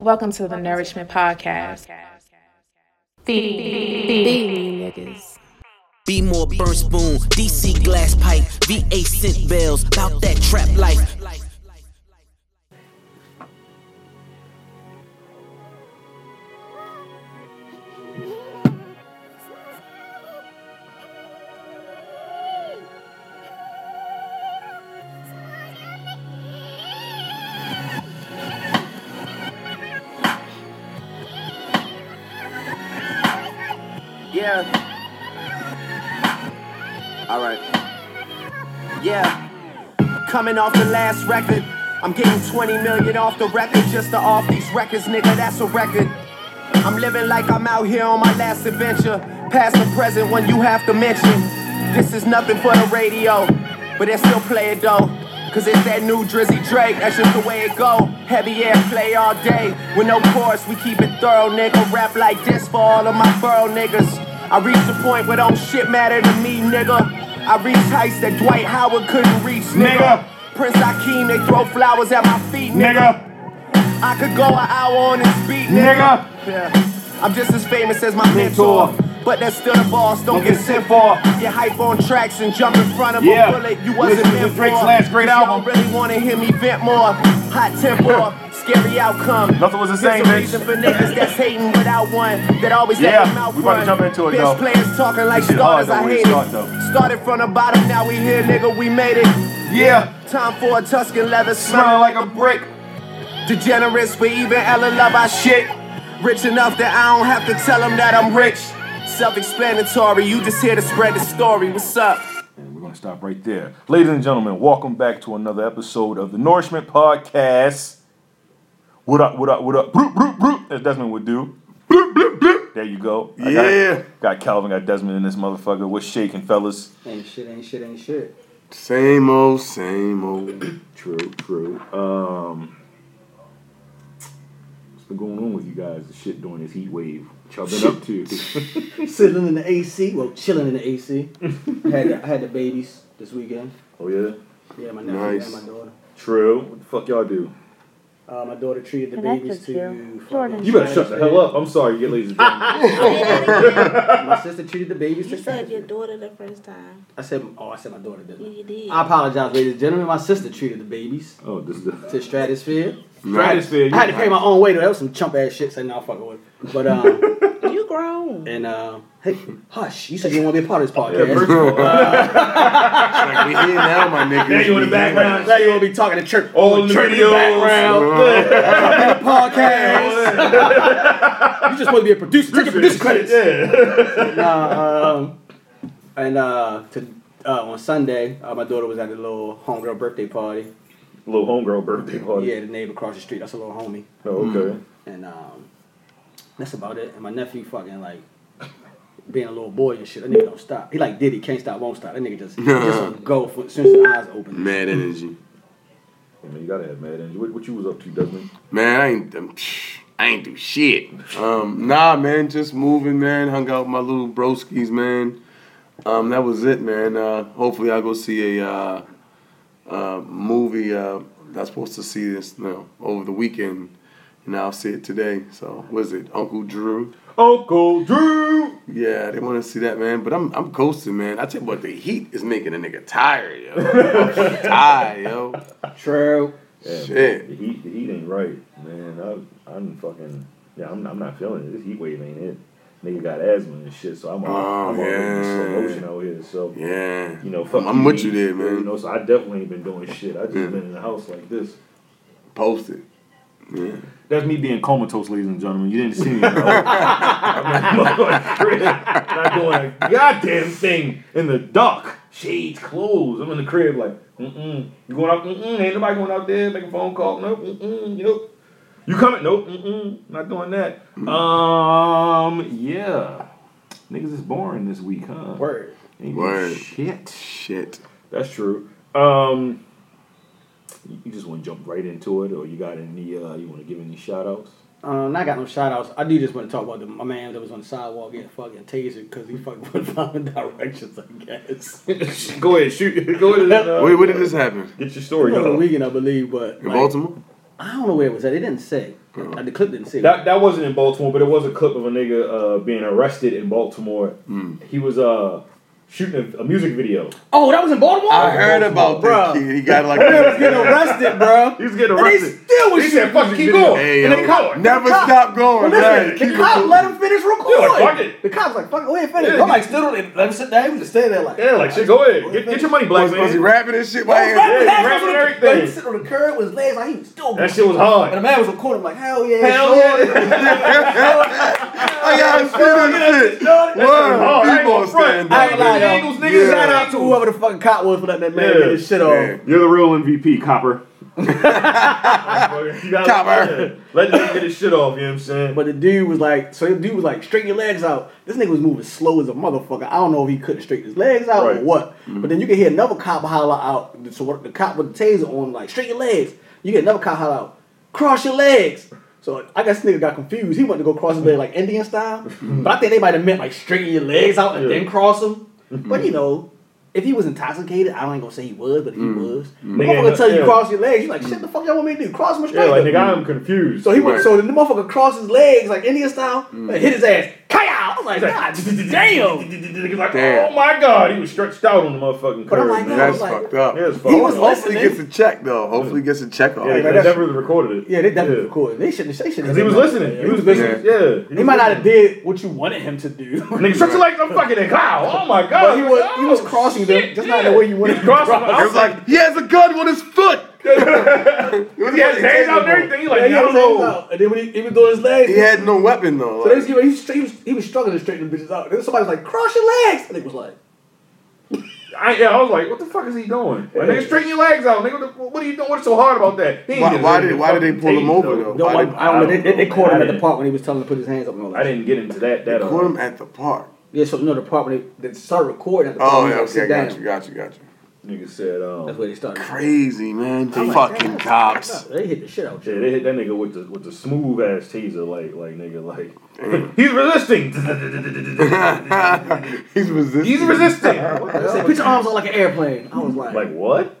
Welcome to the Nourishment Podcast. Feed niggas. Be more burn spoon, DC glass pipe, VA scent bells, bout that trap life. Yeah. All right. Yeah. Coming off the last record. I'm getting 20 million off the record just to off these records, nigga. That's a record. I'm living like I'm out here on my last adventure. Past and present, one you have to mention. This is nothing for the radio, but they still play it though. Cause it's that new Drizzy Drake, that's just the way it go. Heavy air play all day. With no chorus, we keep it thorough, nigga. Rap like this for all of my borough niggas. I reached the point where don't shit matter to me, nigga. I reached heights that Dwight Howard couldn't reach, nigga. Nigga. Prince Akeem, they throw flowers at my feet, nigga, I could go an hour on this beat, nigga. Nigga. Yeah. I'm just as famous as my mentor. Mentor. But that's still the boss, don't, Don't get get sent sent for. Get hype on tracks and jump in front of Yeah. a bullet you wasn't Listen to meant Drake's for. last great Y'all album. really wanna hear me vent more. Hot tempo, scary outcome. Nothing was the There's same, a bitch. reason for niggas that's hating without one. That always Yeah, let them out we about to jump into it, Bitch though. players talking like shit starters, hard, though, I when you hate it. start, though. Started from the bottom, now we here, nigga, we made it. yeah, Time for a Tuscan leather smelling like a brick, Degenerates, but even Ella love our shit. Rich enough that I don't have to tell them that I'm rich. Self-explanatory, you just here to spread the story. What's up? and we're gonna stop right there, ladies and gentlemen. Welcome back to another episode of the Nourishment Podcast. What up? What up? What up? Broop, broop, broop, as Desmond would do. Broop, broop, broop. There you go. I got- Yeah. got Calvin, got Desmond in this motherfucker. What's shaking, fellas? Ain't shit, ain't shit, ain't shit. Same old, same old. True, true. Um, what's been going on with you guys? The shit during this heat wave. What y'all been up to? Sitting in the AC, well, chilling in the AC. had the, I had the babies this weekend. oh yeah. Yeah, my nephew Nice. and my daughter. True. What the fuck y'all do? Uh, my daughter treated the Connect babies with to you. fucking Jordan. You better shut the hell up. I'm sorry, you ladies and gentlemen. My sister treated the babies You to said your Spanish. daughter the first time. I said, oh, I said my daughter did. You did. I apologize, ladies and gentlemen. My sister treated the babies oh, this is the to Stratosphere. Stratosphere, you I had to pay nice. my own way though. That was some chump ass shit. So now I fucking with. it. But um, You grown. and uh, hey, hush. You said you want to be a part of this Yeah, podcast. first of all, Like we here now, my nigga. Now you in the background. Now you want to be talking to church. Oh, all in the church in the background. videos. podcast. you just want to be a producer. Take your producer credits. Nah, um, and uh, to, uh, on Sunday, uh, my daughter was at a little homegirl birthday party. Little homegirl birthday party. Yeah, the neighbor across the street. That's a little homie. Oh, okay. And um, that's about it. And my nephew fucking like being a little boy and shit. That nigga don't stop. He like Diddy, can't stop, won't stop. That nigga just he just on go for, as soon as his eyes open. Mad energy. I mean, you gotta have mad energy. What, what you was up to, Desmond? Man, I ain't um, I ain't do shit. Um, nah, man, just moving, man. Hung out with my little broskies, man. Um, that was it, man. Uh, hopefully, I'll go see a uh, uh, movie. Uh, I'm supposed to see this now over the weekend, and I'll see it today. So, was it Uncle Drew? Uncle Drew. Yeah, they want to see that, man. But I'm I'm coasting, man. I tell you what, the heat is making a nigga tired, yo. I'm fucking tired, yo. True. Shit. The heat, the heat ain't right, man. I, I'm fucking. Yeah, I'm, I'm not feeling it. This heat wave ain't it. Nigga got asthma and shit, so I'm all, Oh, I'm all in slow yeah. motion out here. So Yeah. you know, fuck I'm with heat, you there, You know, man. so I definitely ain't been doing shit. I just Yeah. been in the house like this. Posted. Yeah. That's me being comatose, ladies and gentlemen. You didn't see me. bro. I'm not going to crib. Not doing a goddamn thing in the dark. Shades closed. I'm in the crib like, mm-mm. You going out? Mm-mm. Ain't nobody going out there making phone call. Nope. Mm-mm. Nope. You coming? Nope. Mm-mm. Not doing that. Um. Yeah. Niggas is boring this week, huh? Word. Ain't doing Word. Shit. Shit. That's true. Um, you you just want to jump right into it, or you got any? Uh, you want to give any shout outs? Um, I got no shout outs. I do just want to talk about the, my man that was on the sidewalk getting fucking tasered because he fucking went following directions, I guess. Go ahead, shoot. Go ahead. And, uh, Wait, when did this happen? Get your story Over the going. weekend, I believe, but. In like, Baltimore? I don't know where it was at. It didn't say. Uh, the clip didn't say That that wasn't in Baltimore, but it was a clip of a nigga uh, being arrested in Baltimore. Hmm. He was uh, shooting a, a music video. Oh, that was in Baltimore. I heard about Bruh. this kid. He got like Nigga was getting arrested, bro. He was getting And they arrested. still was He shooting said, "Fuck, it, music keep videos. going." Hey, and yo, they colored. Never stop going. Listen, man. the Keep it cop moving. let him finish recording. Yeah, fuck it. The cop's like, fuck it, wait, finish. Yeah, I'm like, he- still don't let him sit down. He was just standing there like, Yeah, like shit. Go ahead. Get, get your money, black Was, was he man. rapping and shit? I was Why- rapping, Yeah, half rapping of it, everything. like, he sitting on the curb with his legs like he was still That shit was hard. And the man was recording like, hell yeah. Hell sure. yeah. I got a shit. Sure. hard. I Word. ain't People gonna are front. standing I ain't up. lying, Yeah. Eagles, nigga. Yeah. Shout out to whoever the fucking cop was for letting that man Yeah. get his shit off. Yeah. You're the real MVP, Copper. you gotta, Copper. Yeah, let the nigga get his shit off. You know what I'm saying? But the dude was like, so the dude was like, straighten your legs out. This nigga was moving slow as a motherfucker. I don't know if he couldn't straighten his legs out or Right. what. But then you can hear another cop holler out. So what the cop with the taser on, like, straighten your legs. You get another cop holler out, cross your legs. So I guess nigga got confused. He wanted to go cross his leg like Indian style. but I think they might have meant like straighten your legs out and Yeah. then cross them. But you know, if he was intoxicated, I ain't gonna say he was, but if he was, Nigga, motherfucker tell you yeah. cross your legs. You like, shit, the fuck y'all want me to do? Cross my yeah, straight. like up." nigga, I'm confused. So he went. Right. Mm. So the motherfucker crossed his legs like Indian style, and hit his ass. Kaya! I was like, God, damn. Nigga like, Damn. oh my god, he was stretched out on the motherfucking But I'm curb. like, man. no. That's like- fucked up. Yeah, it's He was fucked. Hopefully he listening. gets a check though. Hopefully he gets a check off. Yeah, like, they that's- definitely recorded it. Yeah, they definitely recorded. They shouldn't. They shouldn't. Because he was listening. He was listening. Yeah. He was might not have listening. did what you wanted him to do. Nigga, stretch your legs. I'm fucking in cloud. Oh my god. But he was he Oh, was crossing them, shit, just yeah. not the way you He wanted. was crossing. him to I It was was like he has a gun on his foot. he had his hands out and everything. He like, Yeah, he I had don't his hands know. out, and then when he, he was doing his legs, He had no weapon though. so Like, they was giving, he, was, he, was, he was struggling to straighten the bitches out. Then somebody was like, "Cross your legs," and it was like, I, yeah, I was like, what the fuck is he doing? Like, nigga, straighten your legs out. Nigga, what, the, what are you doing? What's so hard about that? He ain't Why- did why nothing did- why did they fucking pull him tape, over, though? "Don't." I, didn't- I don't know. They, they, they I caught him at the didn't- park when he was telling him to put his hands up. And all that. I didn't get into that. That caught uh, him at the park. Yeah, so no, the part when they, they started recording. At the Oh park, yeah, like, okay, sit I got down. you, got you, got you. nigga said, um, That's where they started. Crazy man, I'm like, fucking "Damn, cops. They hit the shit out. Yeah, you. they hit that nigga with the with the smooth ass taser, like like nigga, like he's resisting. He's resisting. he's resisting. I said, put your arms out like an airplane. I was like, like what?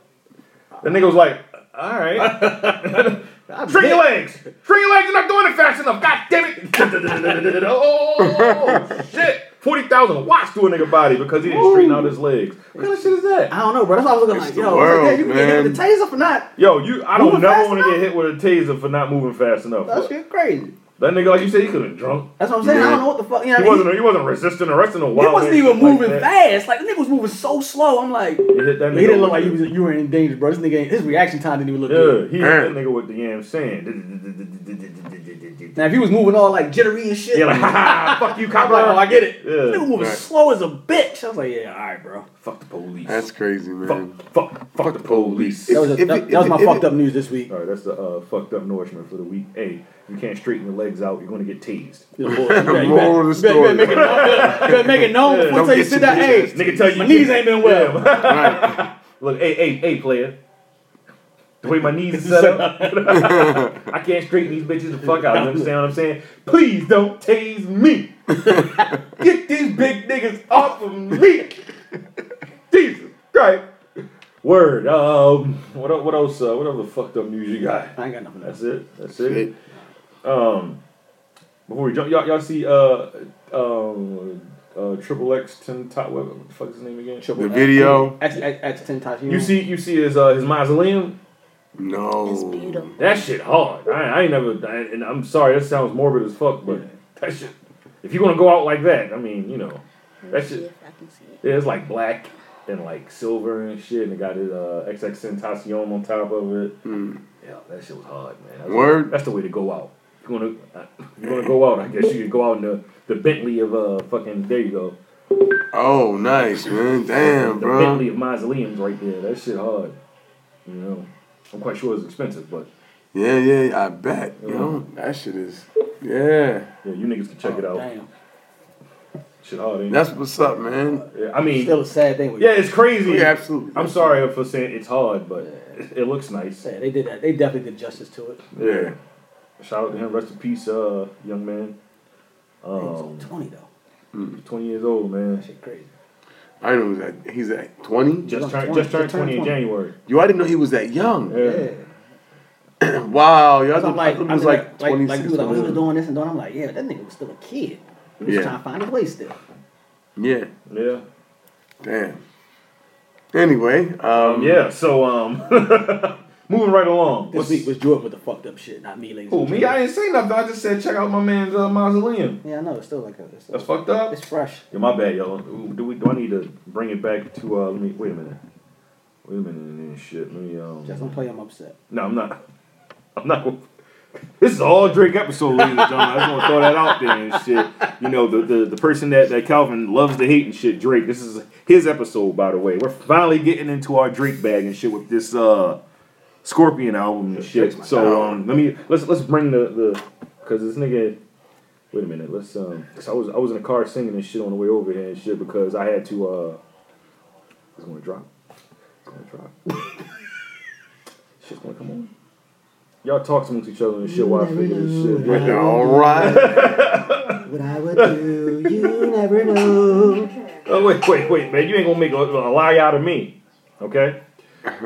That nigga was like, all right, I shrink your bet. legs, shrink your legs. You're not doing it fast enough. God damn it! oh shit! Forty thousand watts to a nigga body because he didn't straighten out his legs. What kind of shit is I that? don't know, bro. That's why I was looking like, the yo, world, world, like, yeah, you can get hit with the taser for not. Yo, you, I don't Moving never fast want to get hit with a taser for not moving fast enough. That That shit crazy. nigga, like you said, he could have drunk. That's what I'm saying. I Yeah. don't know what the fuck. You know, He what I mean? wasn't. He wasn't resisting arresting a He wild. wasn't man, even shit like moving that. fast. Like the nigga was moving so slow. I'm like, He hit that he nigga didn't look with like you the- was you were in danger, bro. This nigga, ain't- his reaction time didn't even look Yeah, good. he hit Man. that nigga with the yam sand. Now if he was moving all like jittery and shit, Yeah, like, ha ha, fuck you, I'm like, oh, I cop. get it. Yeah. This nigga moving Right. slow as a bitch. I was like, yeah, all right, bro. Fuck the police. That's crazy, man. fuck, fuck, fuck the police. That was, a, If it- that, if that was it- my if it- fucked up news this week. All right, that's the uh, fucked up nourishment for the week. Hey, if you can't straighten your legs out, you're gonna get tased. You better- you Moral of the better- you better story. make it known- you better make it known before Don't you get sit your down. Hey, Nigga, tell you my knees ain't been well. Yeah. Right. Look, hey, hey, hey, player. The way my knees is set up, I can't straighten these bitches the fuck out. You understand what I'm saying? Please don't tase me. Get these big niggas off of me. Jesus Christ. Word. Um. What el- what else? Uh, what other fucked up news you got? I ain't got nothing else. That's it. That's it. Um. Before we jump, y'all, y'all see uh um uh Triple X Tim Top. What the fuck is his name again? Triple The X- video. X, X, X ten times. You see, you see his uh, his mausoleum. It's No. beautiful. That shit hard. I, I ain't never. I, and I'm sorry, that sounds morbid as fuck, but that shit. If you're gonna go out like that, I mean, you know, that See shit. if I can see it. Yeah, it's like black and like silver and shit, and it got his uh, XX Tentacion on top of it. Hmm. Yeah, that shit was hard, man. That's Word. That's the way to go out. If you're gonna, uh, if you're gonna go out. I guess you could go out in the the Bentley of uh fucking. There you go. Oh, nice, man. Damn, the bro. Bentley of mausoleums right there. That shit hard. You know, I'm quite sure it's expensive, but. Yeah, yeah. I bet. You know that shit is. Yeah. Yeah, you niggas can check it out. Oh, Damn. Shit hard, ain't That's what's up, man. it? Yeah, I mean, Still a sad thing. With yeah, it's crazy. Yeah, absolutely. I'm sorry for saying it's hard, but it, it looks nice. Sad. They did that. They definitely did justice to it. Yeah. Shout out to him. Rest in peace, uh, young man. Um, hmm. Twenty though. 20 years old, man. That shit crazy. I didn't know he was at. He's at twenty. Just Look, turned 20, just turned 20 in 20. January. Yo, I didn't know he was that young. Yeah. Yeah. wow, y'all So thought I'm like, like, I'm it was like, like, like, 26. people like, we was whatever. doing this and doing. I'm like, yeah, that nigga was still a kid. He was Yeah. trying to find his way still. yeah, Yeah. damn. Anyway, um, Yeah, so um moving right along. This What's- week was Jordan with the fucked up shit, not me, ladies. Who, and me? I gentlemen. didn't say nothing. I just said check out my man's uh, mausoleum. Yeah, I know. It's still like a. It's, That's fucked up. it's fresh. Yeah, my bad, y'all. Ooh, Do we do I need to bring it back to uh let me wait a minute. Wait a minute and shit. Let me um Just don't play. I'm upset. No, I'm not. I'm not. Gonna, this is all Drake episode, ladies and gentlemen. I just want to throw that out there and shit. You know, the, the, the person that, that Calvin loves to hate and shit, Drake. This is his episode, by the way. We're finally getting into our Drake bag and shit with this uh Scorpion album and shit. So um, let me let's let's bring the the because this nigga. Wait a minute. Let's um. Cause I was I was in the car singing and shit on the way over here and shit because I had to uh. It's gonna drop. It's gonna drop. Shit's gonna come on. Y'all talks amongst each other and shit while I figure this shit. Right there, all right. What I would do, you never know. Oh wait, wait, wait, man! You ain't gonna make a, a lie out of me, okay?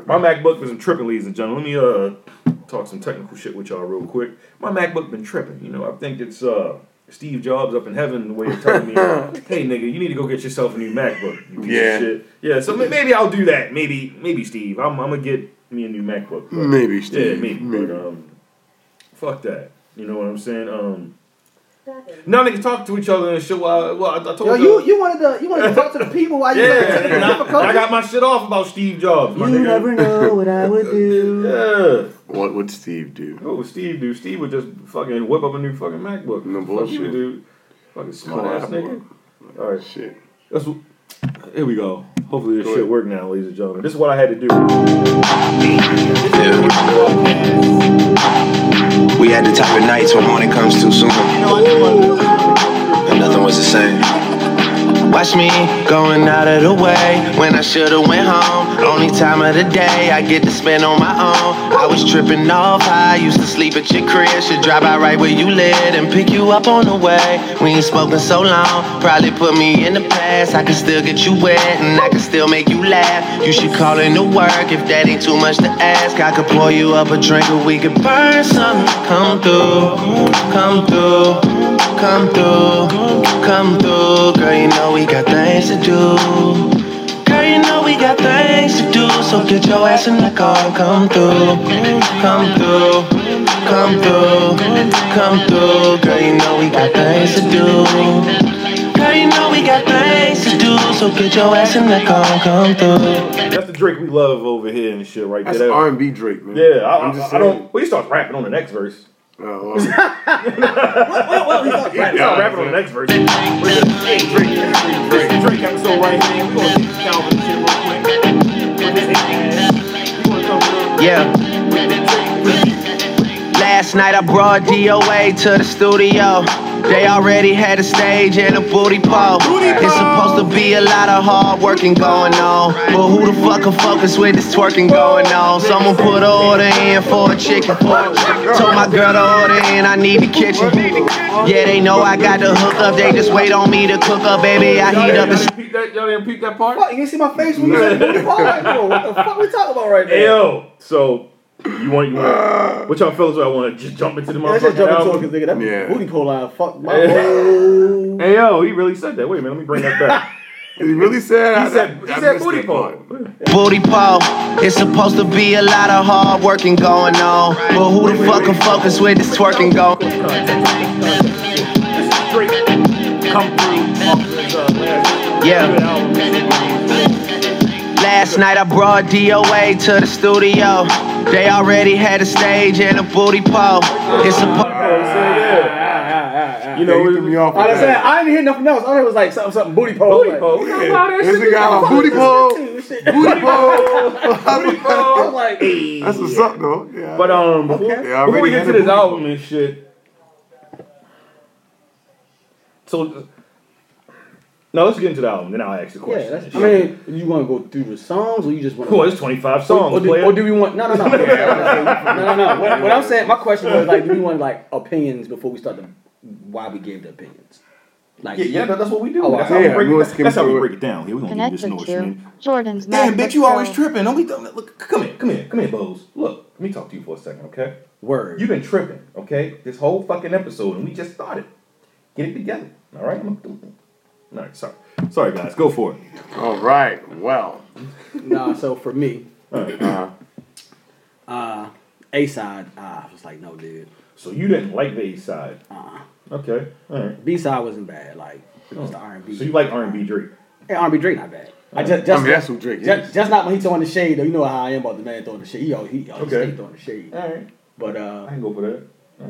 My MacBook been tripping, ladies and gentlemen. Let me uh talk some technical shit with y'all real quick. My MacBook been tripping. You know, I think it's uh Steve Jobs up in heaven the way of telling me, "Hey, nigga, you need to go get yourself a new MacBook." You piece of Yeah. shit. Yeah. So may- maybe I'll do that. Maybe, maybe Steve, I'm, I'm gonna get me a new MacBook. but- Maybe, Steve. Yeah, maybe. But um, fuck that. You know what I'm saying? Um. Now niggas talk to each other and shit. Well, I, well, I, I told Yo, y'all- you you wanted to you wanted to talk to the people while you yeah, yeah. and I, I got my shit off about Steve Jobs. My You nigga. never know what I would do. Yeah. What would Steve do? What would Steve do? Steve would just fucking whip up a new fucking MacBook. No Fuck you, bullshit. dude. Fucking smart ass Apple. nigga. All right, Shit. that's what, here we go. Hopefully this Go shit ahead. work now, ladies and gentlemen. This is what I had to do. We had the type of nights when morning comes too soon. And nothing was the same. Watch me going out of the way when I should've went home. Only time of the day I get to spend on my own. I was tripping off high, used to sleep at your crib. Should drive out right where you live and pick you up on the way. We ain't spoken so long, probably put me in the past. I can still get you wet and I can still make you laugh. You should call in to work if that ain't too much to ask. I could pour you up a drink or we could burn some. Come through, come through. Come through, come through, girl. You know we got things to do. Girl, you know we got things to do. So get your ass in the car and come through, come through, come through, come through. Girl, you know we got things to do. Girl, you know we got things to do. So get your ass in the car and come through. That's the Drake we love over here and shit right That's there. That- R and B Drake, man. yeah, I, I'm I, just I saying. don't. We start rapping on the next verse. Oh, well, Right, Yeah. yeah, rapping on the next verse. Drake, Drake, Drake, Drake episode right here. We gonna get down with this shit real quick. Yeah. Last night I brought DOA to the studio. They already had a stage and a booty pole. It's supposed to be a lot of hard working going on. But who the fuck can focus with this twerking going on? Someone put an order in for a chicken pork. Told my girl to order in, I need the kitchen. Yeah, they know I got the hook up. They just wait on me to cook up, baby. I Y'all heat up didn't, the y'all didn't peep that, y'all didn't peep that part? Fuck, you see my face when you said booty call? Like, bro, what the fuck we talking about right now? Hey, yo, so you want you want what y'all fellas? I want to just jump into the Yeah, Let's just motherfucking jump into album. it because nigga, that Yeah. booty call line fucked my Yeah. whole. Hey yo, he really said that. Wait a minute, let me bring that back. he really said. He said he said missed booty that pole. part. Booty pole, it's supposed to be a lot of hard working going on. But who the fuck can focus with this twerking going? This is Drake. Come through. off his, uh, last Yeah. good album. Last night I brought DOA to the studio. They already had a stage and a booty pole. It's supposed So, yeah, you Yeah, know, he threw me off. I with was saying that. I didn't hear nothing else. All I heard was like something, something booty pole. booty like, pole. We got a lot of This shit. nigga got a booty pole. Booty Booty pole. pole. I'm like, That's what's up, though. Yeah. But um, before, Okay. Yeah, I before we already get had to a this booty album and shit, so no, let's get into the album. Then I'll ask the yeah. question. That's, I mean, you want to go through the songs, or you just want to? cool. It's twenty five songs. Or do, player. or do we want? No, no, no, no, no, no. What, what I'm saying, my question was like, do we want like opinions before we start the why we gave the opinions? Like, yeah, yeah, that- that's what we do. Oh, that's wow. how we Yeah, we break it. gonna That's, skim that's how we through it. break it down. Here we gonna give Connect this noise, with you. man. Jordan's Damn, MacBook bitch, you always Pro. tripping. Don't be don't, look. Come here, come here, come here, Bose. Look, Let me talk to you for a second, okay? Word. You've been tripping, okay? This whole fucking episode, and we just started. Get it together, all right? I'm gonna do it. All right, sorry. Sorry, guys. Go for it. All right. Well, nah, so for me, uh, A side, Uh, I was like, no, dude. So you didn't like the A side. Okay. All right. B side wasn't bad. Like it was the R and B. Oh. So you like R&B Drake? Hey, R&B Drake not bad. I just, just I mean that's who Drake just, is. just not when he throwing the shade though. You know how I am about the man throwing the shade. He always, he always Okay. stay throwing the shade. All right. But I uh, can go for that.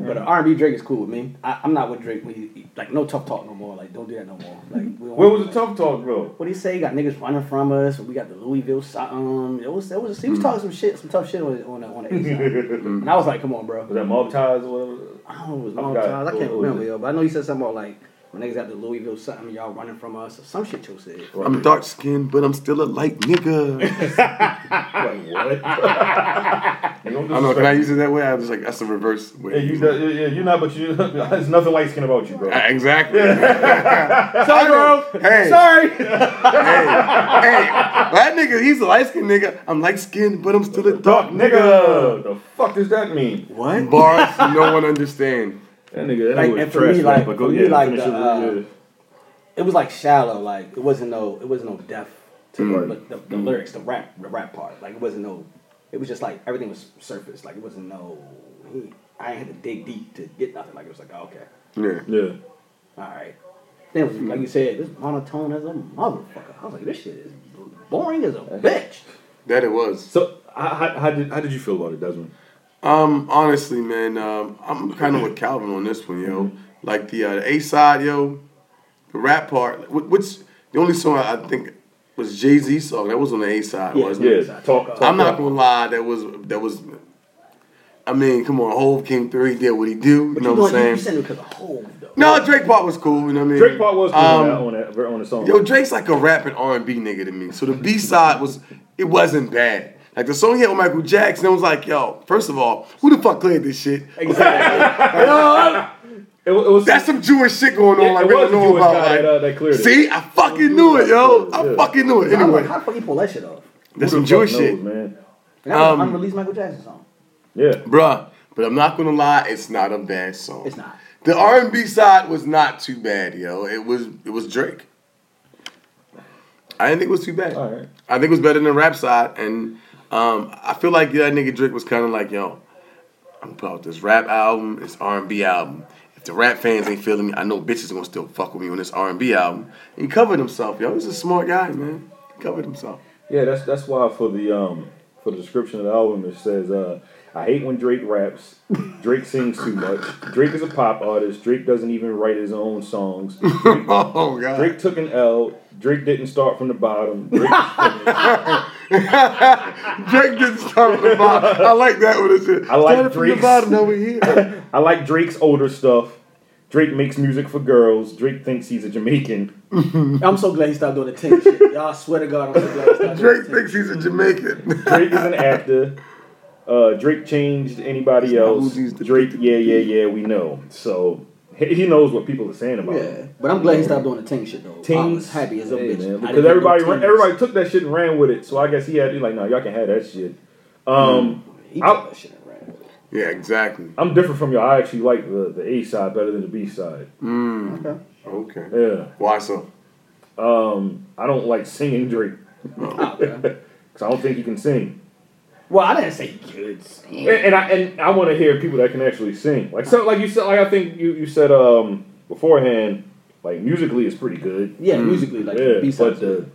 but uh, R&B Drake is cool with me. I, I'm not with Drake when he, he- like no tough talk no more. Like don't do that no more. Like we don't- Where was the tough talk, bro? What he say? He got niggas running from us. We got the Louisville something. It was it was he was talking some shit, some tough shit on on the, on the A side. was and I was like, come on, bro. that mob ties or whatever? I don't know, it was I long forgot. times. I What can't was remember, it? yo. But I know he said something about like when niggas got the Louisville something, y'all running from us or some shit. Yo said. I'm dark skinned, but I'm still a light nigga. Like, what? you don't I don't know. Can I use it that way? I was like, that's the reverse Yeah, way. you, do- yeah, yeah, you're not, but you. There's nothing light skin about you, bro. Uh, exactly. Sorry, bro. Hey. Sorry. hey, hey, that nigga, he's a light skinned nigga. I'm light skinned, but I'm still a dark Dark nigga. nigga. The fuck does that mean? What? Bars no one understand. That nigga, that Like, nigga was and for trash. me, man, like- but go for me, yeah, like, finish the, it, uh, yeah. it was like shallow. Like it wasn't no, it wasn't no depth to Mm. the, the, the lyrics, the rap, the rap part. Like it wasn't no, it was just like everything was surface. Like it wasn't no, I ain't had to dig deep to get nothing. Like it was like oh, okay, Yeah. Yeah. all right. Then it Mm. was, like you said, this monotone as a motherfucker. I was like, this shit is boring as a bitch. That it was. So, how, how, how did how did you feel about it, Desmond? Um, honestly, man, um, I'm kind of with Calvin on this one, yo. Mm-hmm. Like the uh, A side, yo, the rap part. wh- Which the only song I I think was Jay Z song that was on the A side, Yeah. wasn't it? Yeah, talk. talk I'm not gonna lie, that was that was. I mean, come on, Hove came through, he did what he do. You But know you, what going, you, I'm you saying? said it because of whole though. No, Drake part was cool. You know what I mean? Drake part was cool Um, on, that, on that on the song. Yo, Drake's like a rap and R and B nigga to me. So the B side was it wasn't bad. Like the song he had with Michael Jackson, it was like, yo, first of all, who the fuck cleared this shit? Exactly. it, wa- it was That's some Jewish shit going on. Yeah, like it we was don't a know Jewish about. guy like, that, uh, that cleared it. see, I fucking knew it, yo. I Yeah. fucking knew it. I'm like, Anyway, how the fuck you pull that shit off? that's who some the fuck Jewish knows, shit, man. And that was Um, an unreleased Michael Jackson song. Yeah, bruh. But I'm not gonna lie, it's not a bad song. It's not. The R and B side was not too bad, yo. It was it was Drake. I didn't think it was too bad. All right. I think it was better than the rap side, and um, I feel like that nigga Drake was kind of like, yo, I'm gonna put out this rap album, this R and B album. If the rap fans ain't feeling me, I know bitches gonna still fuck with me on this R and B album. And he covered himself, yo. He's a smart guy, man. He covered himself. yeah. That's that's why for the um for the description of the album it says uh I hate when Drake raps. Drake sings too much. Drake is a pop artist. Drake doesn't even write his own songs. Drake, Oh god. Drake took an L. Drake didn't start from the bottom. Drake, Drake didn't start from the bottom. I like that one. It I like Started from the Drake's- bottom. Now we here. I like Drake's older stuff. Drake makes music for girls. Drake thinks he's a Jamaican. I'm so glad he stopped doing the tank shit. Y'all I swear to God, I'm so glad he stopped doing Drake the tank. thinks he's a Jamaican. Drake is an actor. Uh, Drake changed anybody not else. who's used to- Drake, yeah, yeah, yeah, we know. So he he knows what people are saying about Yeah, him. but I'm glad he stopped doing the tank shit though. I Tings, was happy as a hey, man, bitch I didn't because do no everybody ran, tings. everybody took that shit and ran with it. So I guess he had to be like, no, y'all can have that shit. Um, Mm-hmm. He took I, that shit and ran with it. yeah, exactly. I'm different from y'all. I actually like the, the A side better than the B side. Hmm. Okay. Yeah, Um, Why so? I don't like singing Drake Oh, okay. because I don't think he can sing. Well, I didn't say he could sing. And, and I and I want to hear people that can actually sing. Like so, like you said, like I think you, you said um beforehand, like musically it's pretty good. Yeah, Mm. musically, like Yeah, the B but sides. the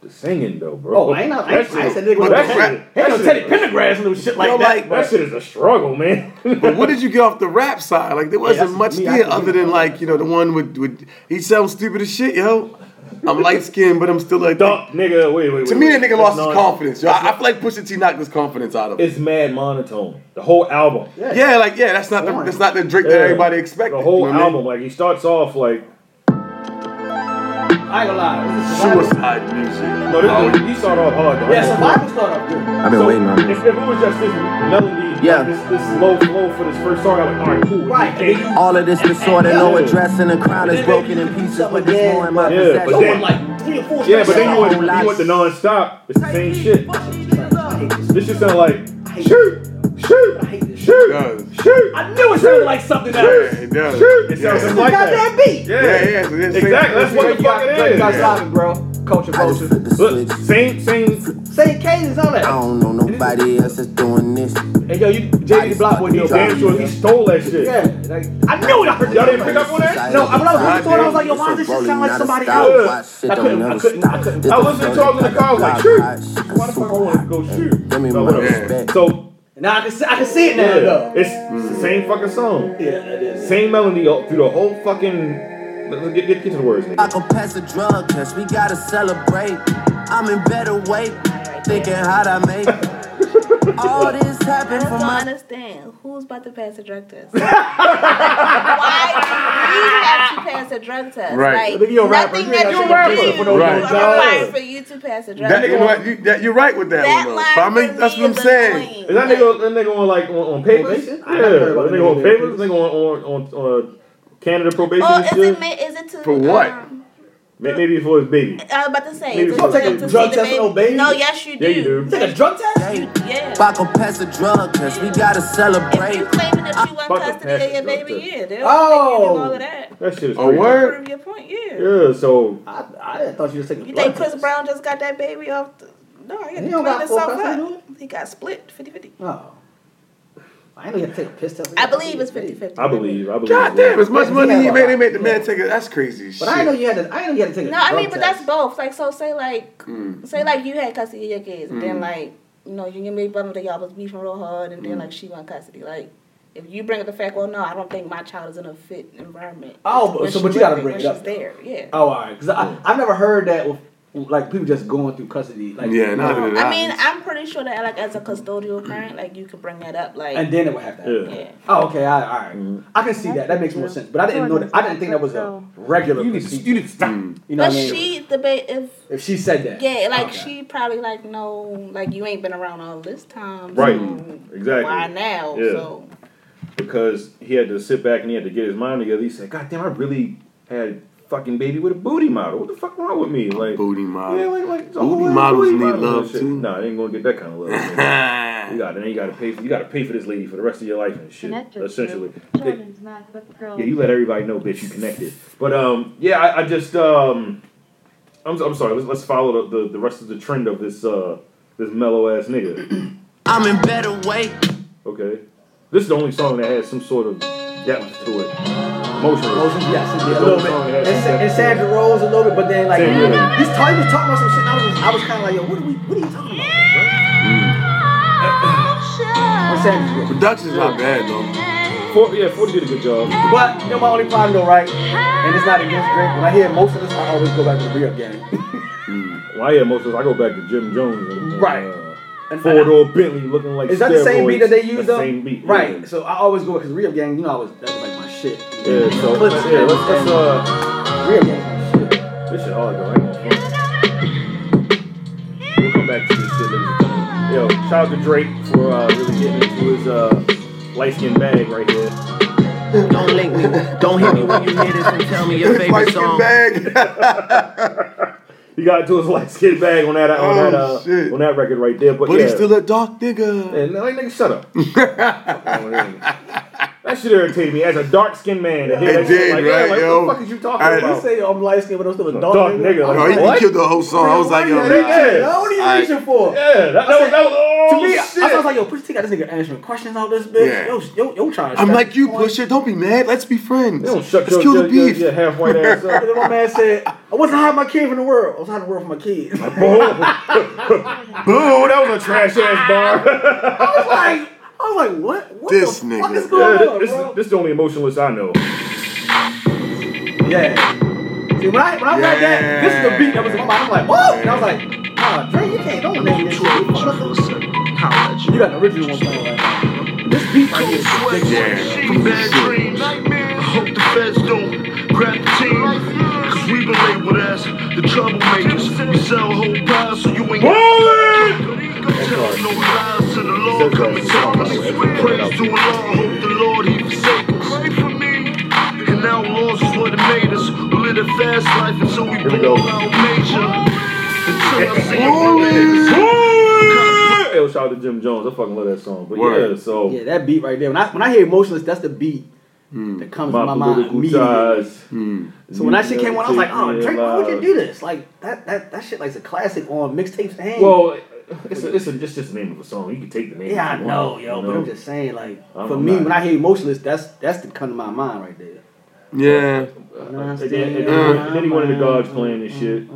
the singing though, bro. Oh, I ain't not. I, ain't- I ain't said But nigga. was- that Ain't shit- that no shit- Teddy Pendergrass and no shit like Yo, that. like- That shit is a struggle, man. But what did you get off the rap side? Like there wasn't that's much me, I there can other hear than that. like you know the one with with he sounds stupid as shit, yo. I'm light skinned, but I'm still a Dunk, nigga. Wait, wait, wait. To me, wait. that nigga That's lost his not- confidence. Yo, I, I feel like Pusha T knocked his confidence out of him. It's mad monotone. The whole album. Yeah, like yeah, that's not the, that's not the Drake that Yeah. everybody expected. The whole you know what I mean? album, like he starts off like I ain't gonna lie. This is survival. Suicide music. no, Oh, this, Oh, he started off hard. Though. Yeah, survival started off good. I've been So, waiting on if, this. if it was just this melody, Yeah. yeah, this, this slow flow for this first song, I'm like, all right, cool. Right. Okay. All of this disorder, no Yeah. address, and the crown is Then broken maybe in you can pieces, sell but there's again. more in my Yeah, but possession. Yo, then- like three or four. Yeah, but then you straight went, you went the non-stop. It's the same shit. songs. This shit sound like, shoot. I hate this. shit. It does. I knew it sounded like something Yeah, else. it does. It yeah. sounds Got like that beat. Yeah, Yeah, yeah, so it's- Exactly. That's what the fuck Drake it got is. Simon, bro. I Culture, just culture. flip the switch. Look, same, same. Same cadence, all I that. don't know nobody else that's doing this. Hey, yo, you JD Block boy, you a Damn sure he bro. stole that shit. Yeah, like I knew it. I heard Y'all didn't pick up on that? No, I- when I was listening to it, I was like, yo, why does this shit Rolling, sound like not a somebody stop. else? Watch shit I don't couldn't- I never couldn't- I stop. couldn't- This I is listened to dirty, it in the car, I was like, hot, shoot. hot, shit, Why the fuck I super wanted to hot. go shoot? Give me No, my whatever. respect. So Now I can see, I can see it now. yeah, though. it's the same fucking song, Yeah, it is. same melody all- through the whole fucking. let- let- Get, get, get to the words, nigga. Like a pass a drug test, we gotta celebrate. I'm in better weight, thinking how I make. it. All this I happened just for don't my. understand. Who's about to pass a drug test? Why do you have to pass a drug test? Right. Nigga, Like, you a rapper. nothing You ain't that got you shit to do do for for no Right. drugs. for you to pass a drug That nigga, test. what- you, that, you're right with that, That one. line Though. But I mean, for that's me what I'm is saying. annoying. Is that nigga, that nigga on like on, on papers? Yeah, Probation? that I never heard about nigga on nigga papers. papers. Nigga on on on uh, Canada probation Or and Oh, is shit. it, ma- is it to For what? Um, May- Maybe for his baby. I was about to say. Maybe is it you don't to- take a to drug see the test for no baby? No, yes, you do. Yeah, you do. Take a drug test? Yeah. Fuck a pass a drug test, we gotta If celebrate. you claiming that you want Fuck a custody of pass a your drug baby, test. yeah, they'll Oh. oh. give you all of that. That shit is. A crazy. word? Prove your point, yeah. Yeah. So I, I thought you was taking. You blood think Chris test. Brown just got that baby off? The, no, he had He to don't clean got full himself custody, up. He got split 50-50. No. I ain't know you had to take a piss test. I believe it's 50-50. I believe. I believe. God damn, as much Yeah, money he yeah. made, they made the man take it. That's crazy as shit. But I didn't know you had to. I didn't know you had to take a No, drug I mean, but test. that's both. Like, so say like, Mm. say like you had custody of your kids, and then like, you know, you and your brother y'all was beefing real hard, Mm. and then like she won custody. Like, if you bring up the fact, well, no, I don't think my child is in a fit environment. Oh, but- when so- she but you with gotta me, bring when it up, She's though. there, yeah. Oh, all right. Because I've never heard that with like people just going through custody. Like Yeah, nah, no. dude. I mean, I'm pretty sure that like as a custodial parent, like you could bring that up, like. And then it would have to. happen. Yeah. yeah. Oh, okay. I, all right. Mm. I can see that. That makes more sense. But I didn't know that. I didn't think that was a regular. You need to procedure. you need to stop. Mm. You know But what I mean? she, the ba- if if she said that. Yeah, like Okay. she probably like no, like you ain't been around all this time. Right, so exactly. Mm. Why now? Yeah. So because he had to sit back and he had to get his mind together. He said, "God damn, I really had fucking baby with a booty model. What the fuck wrong with me?" Like Booty model. Yeah, like, like it's a Booty whole models need model and love, shit. too. Nah, they ain't gonna get that kind of love. man. you got then you got to pay for you got to pay for this lady for the rest of your life and shit. essentially, yeah, you let everybody know, bitch, you connected. But um, yeah, I, I just um, I'm, I'm sorry. Let's, let's follow the, the the rest of the trend of this uh this mellow ass nigga. I'm in better weight. Okay, this is the only song that has some sort of depth to it, emotional. Rose, yes, it did, a little bit. And, Sa- and Sandra Rose a little bit, but then like Sandra Rose. he's talking, he was talking about some shit. and I was, I was kind of like, yo, what are we, what are you talking about, bro? Or Sandra Rose. Production's not bad, though. Four, yeah, 40 did a good job. But you know my only problem though, right? And it's not against Drake. When I hear most of this, I always go back to the real game. Well, I hear most of us, I go back to Jim Jones. And, Right. Uh, Four door Bentley looking like Is that the same beat that they steroids. use That's though? the Same beat. Right. Yeah, So I always go because real gang, you know, I was that was like my shit. Yeah, so let's, yeah, let's, let's uh, real gang. was my shit. this shit hard though. I ain't gonna front. We'll come back to this shit, ladies and gentlemen. Yo, shout out to Drake for uh, really getting into his uh, light skin bag right here. Don't link me. Don't hit me when you hear this and tell me your Like, favorite get song. back. He got into his light skin bag on that on Oh, that uh, shit. on that record right there. But, But yeah, he's still a dark nigga. And like, nigga, shut up. that shit irritated me as a dark skinned man. to hear It that shit, did, like, yeah, right, like, yo. What the fuck is you talking I- about? You say I'm light skinned, but I'm still a Dark, dog, nigga. Oh, he, What? he killed the whole song. I was like, yo, nigga. nah. Yo, what are you reaching for? Yeah, that, that was, that was To oh, me, I- shit. I was like, yo, Pusha T got this nigga answering questions on this bitch. Yeah. Yo, sh- yo, yo, trying to. I'm shut like, you the point. pusher, don't be mad. Let's be friends. You don't shut Let's your, kill your, the your, beef. your half white ass up. And then my man said, I wasn't hiding my kid from the world. I was hiding the world from my kid. I Boo, that was a trash ass bar. was like, I was like, what? What This the fuck nigga. is Yeah, going thi- on, this, bro? is, this is the only emotionless I know. Yeah. See, when I, when I read that, this is the beat that was in my mind. I'm like, whoa! And I was like, nah, Dre, you can't don't name this shit. You fucker. You got the original one playing right now. This beat right here is ridiculous. Yeah. From bad dreams. I hope the feds don't grab the team. Cause we've been labeled as the troublemakers. We sell whole pies so you ain't Don't tell no lies to the Lord. Come and take us. Praise to Allah. Hope the Lord he forsake us. Pray for me. And outlaws is what it made us. We live a fast life until we we go. blow out major. Until I see you. shout, yo, shout out to Jim Jones. I fucking love that song. But Word. yeah, so Yeah, that beat right there. When I when I hear emotionless, that's the beat that comes my to my mind political immediately. ties. Mm. So when that shit came on, I was like, oh, Yeah, Drake, why would you live. do this? Like that that that shit like's a classic on mixtapes. Hang. Well, it's a, it's a, it's just the name of a song. You can take the name. yeah, if I you know, want, yo, you but I'm know? just saying, like, I'm for me, not- when I hear emotionless, that's that's the come to my mind right there. Yeah. And then, and then, and then he wanted the guards playing and shit.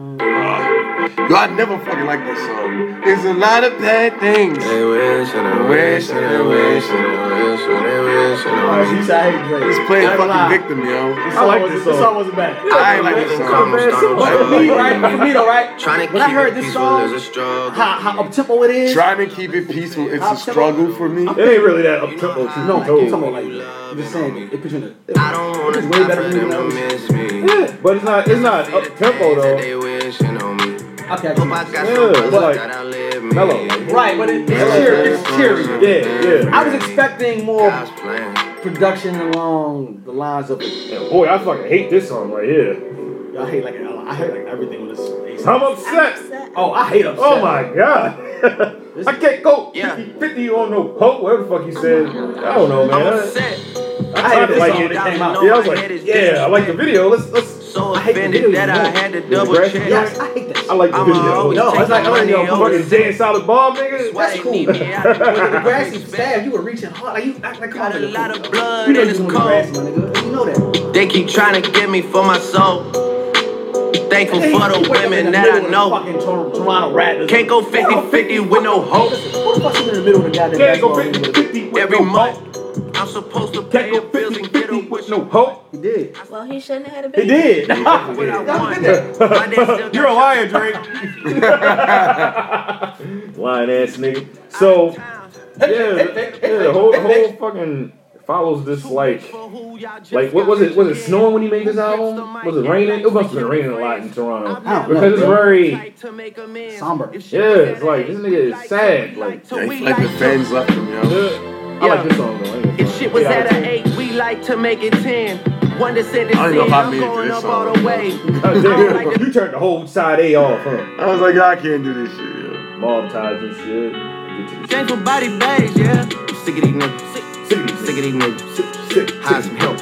Yo, I never fucking like that song. There's a lot of bad things. They wish and they wish and they wish and they wish and they wish and they wish. I hate Drake. He's playing Not gonna fucking lie. victim, yo. This I song like wasn't- this This song. song wasn't bad. I ain't like this song. But for me, right? For me, though, right? Trying to when I keep heard it this peaceful is a song, struggle. how, how up tempo it is. Trying to keep it peaceful, it's a struggle for me. It ain't really that up tempo. No, No, I'm talking about like, I'm just saying, it puts you in a. I don't want It's to way stop better for than them you to know. miss me. but it's not it's not up tempo though. They wishing on me. Okay, I Hope can- I got some Yeah, people like, that outlive mellow. me. right, but it, it's cheery. It's cheery. Yeah, yeah. I was expecting more God's plan. production along the lines of. And boy, I fucking hate this song right here. I hate like I hate like everything with this. I'm I'm upset. upset. Oh, I hate upset. Oh my god. I can't go Yeah. 50, 50 on no quote, whatever the fuck he said. Oh I don't know, man. I'm I, upset. I I hate didn't this like song it. when it came out. Yeah, I was like, yeah, I like the video. Let's let's. So hate the offended video that I more. had to double bruh. check. Yes, I hate that. I shit. like the I'ma video. always No, take it's like, my oh, money yo, over Fucking dance out the bomb, nigga. why that's they cool. need me out of With the the grassy stab, you were reaching hard. Like you act like Got a confident. lot of blood You know and you it's doing the cold. grassy, my nigga. You know that. They keep trying to get me for my soul. Thankful Hey, for the you wake up in women the that middle I of know. Fucking Tor- Toronto Raptors. Can't go 50-50 with no hope. Listen, Who the fuck's in the middle of the goddamn Can't go basketball? 50 league? 50 with Every no hope. month, I'm supposed to Can't pay go up bills 50 and get 50 away with no hope. He did. Well, he shouldn't have had a He baby. did. what I Y'all want. did that. Why they still You're a got- liar, Drake. Lying ass nigga. So, yeah, yeah, the whole, whole fucking follows this like. Like what was it? Was it snowing when he made this album? Was it raining? It must have been raining a lot in Toronto I don't know, because it's bro. very Somber. yeah. It's like this nigga is sad. Like Yeah, he's like the fans left him, yo. I like this song though. I ain't gonna If front. shit was Yeah, I at an like eight, we like to make it ten. One descendant I don't know sin, if I I'm made it to going up this all the song. way. it. I like you turned the whole side A off, huh? I was like, y'all can't do this shit, yo. Mob ties and shit. Get to the Gentle body bags, yeah. I'm sick of these niggas. Sick, sick, sick of these niggas. shit. Shit, shit, Hide some help.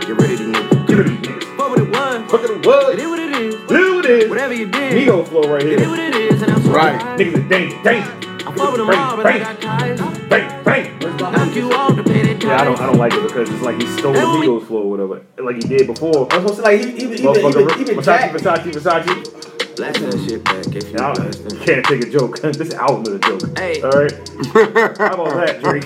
Get rid of these niggas. Get rid of these niggas. Fuck what it was. Fuck it was. It is what it is. Look at this. Whatever you did. Migo flow right It is here. what it is. And I'm so Right. tired. Niggas is danger, danger. I fuck with them all, but I got tired. Bang, bang. Knock you off to pay that Yeah, I don't, I tithe. don't like it because it's like he stole the Migos flow or whatever, like he did before. I was supposed to like he even even Motherfucker, even even Versace, Jack. Versace, Versace. Blast that shit back if you Now, blast you it. can't take a joke. this album is a joke. Hey. All right. How about that, Drake?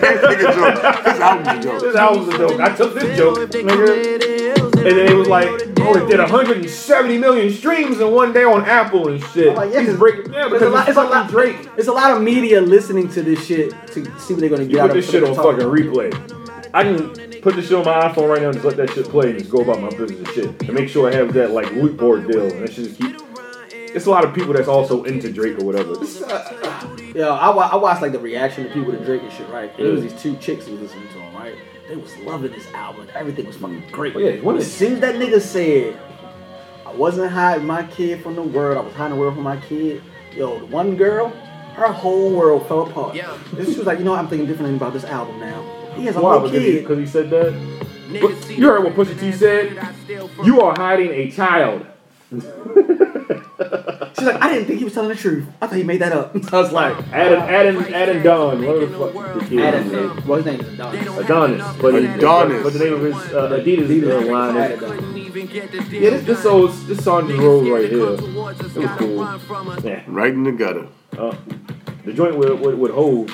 Take a joke. This album's a joke. This album's a joke. I took this joke, nigga. And then it was like, oh, it did 170 million streams in one day on Apple and shit. Like, Oh, yeah, He's 'cause- breaking yeah, there's because a it's lot, it's a fucking lot, Drake. There's a lot of media listening to this shit to see what they're gonna get You out put of this it. shit on Talk. fucking replay. I can put this shit on my iPhone right now and just let that shit play and just go about my business and shit. And make sure I have that like loot board deal and that shit just keep. It's a lot of people that's also into Drake or whatever. This- Yeah, I, wa- I watched like the reaction of people to Drake and shit, right? And it was these two chicks who was listening to him, right? They was loving this album. Everything was fucking great. Oh, yeah, it was. as soon as that nigga said, I wasn't hiding my kid from the world, I was hiding the world from my kid. Yo, the one girl, her whole world fell apart. Yeah. And she was like, you know, I'm thinking differently about this album now. He has a Why? little Because he, kid. 'cause he said that. But you heard what Pusha T said. You are hiding a child. She's like, I didn't think he was telling the truth. I thought he made that up. I was like, Adam, Adam, Adam Don. Whatever the fuck the kid Adam, is. man. Well, his name is Adonis. Adonis, but he- Adonis. But the name of his uh, Adidas, Adidas. uh, line is Adonis. Yeah, this this old this song just rolled right here. It was cool. Yeah. Right in the gutter. Uh, the joint with with, with Hove.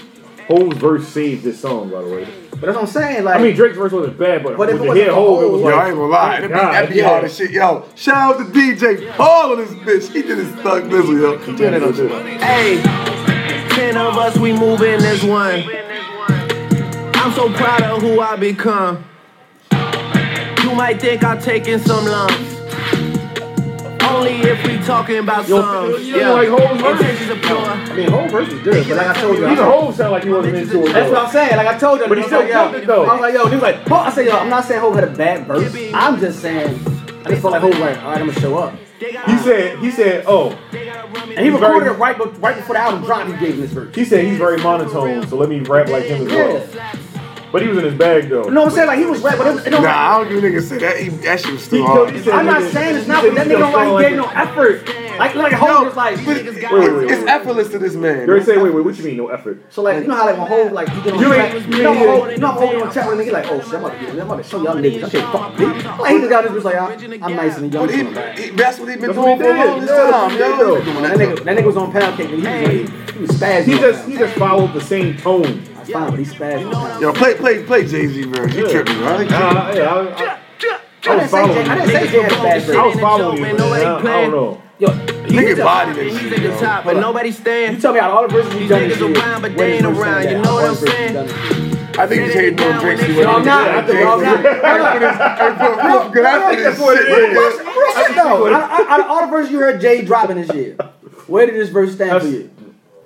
Hove's verse saved this song, by the way. But that's what I'm saying. Like, I mean, Drake's verse wasn't bad, but, But if when you it wasn't hear for Hove, it was Yo, Hov- like, I ain't gonna lie. That'd be, God, that'd be yeah. hard as shit. Yo, shout out to DJ Paul and this bitch. He did his thug nizzle, yo. Turn it up. Hey, ten of us, we moving as one. I'm so proud of who I become. You might think I'm taking some lumps. Only if we talking about Yo, some. you like Hov verse? Intentions are pure. I mean, whole verse was good, but like I told you, I- even Hove sounded like he wasn't into it. That's though. what I'm saying. Like I told you, But he I was still like, yo, killed it, though. I was like, yo, he was like, Ho I said, yo, I'm not saying Hope had a bad verse. I'm just saying I just felt like, hold right, all right, I'm gonna show up. He said, he said, oh, And he recorded it right, be- right before the album dropped. He gave him this verse. he said he's very monotone, so let me rap like him as well. Yeah. But he was in his bag though. You know what I'm saying? Like he was rap, but it, was- it don't. Nah, I don't give a nigga say that. He, that shit was still hard. he said- I'm not saying it's not, but that nigga don't like he gave no effort. Like like Hov was like. but it's, wait, wait, wait. it's effortless to this man. They say, wait, wait, what you mean no effort? So like you know how like when Hov like he get on You track, ain't- you know when Hov, you know when Hov on track when nigga like oh shit I'm about to get, I'm about to show y'all niggas I can't fuck bitch. Like he just got this bitch like I, I'm nice and young. But he, and black. he, that's what he been That's doing what for he a did. long Yeah, that's time, what he yo. did, That nigga, that nigga was on pound cake and he was like, he was spazzing. He on just, Pound he Cake. just followed the same tone. That's fine, but he spazzed. on Pound Cake. Yo, play, play, play Jay Z verse. You tripping, right? Nah, yeah, I, I, I didn't say Jay- I didn't say Jay had a bad I verse. was following you, man. I, I don't know. Yo, Nigga you tell- body that shit. yo. but nobody You stands. tell me out of all the verses he done this year, niggas around, but what they is ain't verse around, like you that? know All what the I'm verses he saying? done this year. I think Jay doing Drake shit. Y'all not. Y'all not. Good after this shit. nigga. Real shit though. Out out- out of all the verses you heard Jay dropping this year, where did this verse stand for you?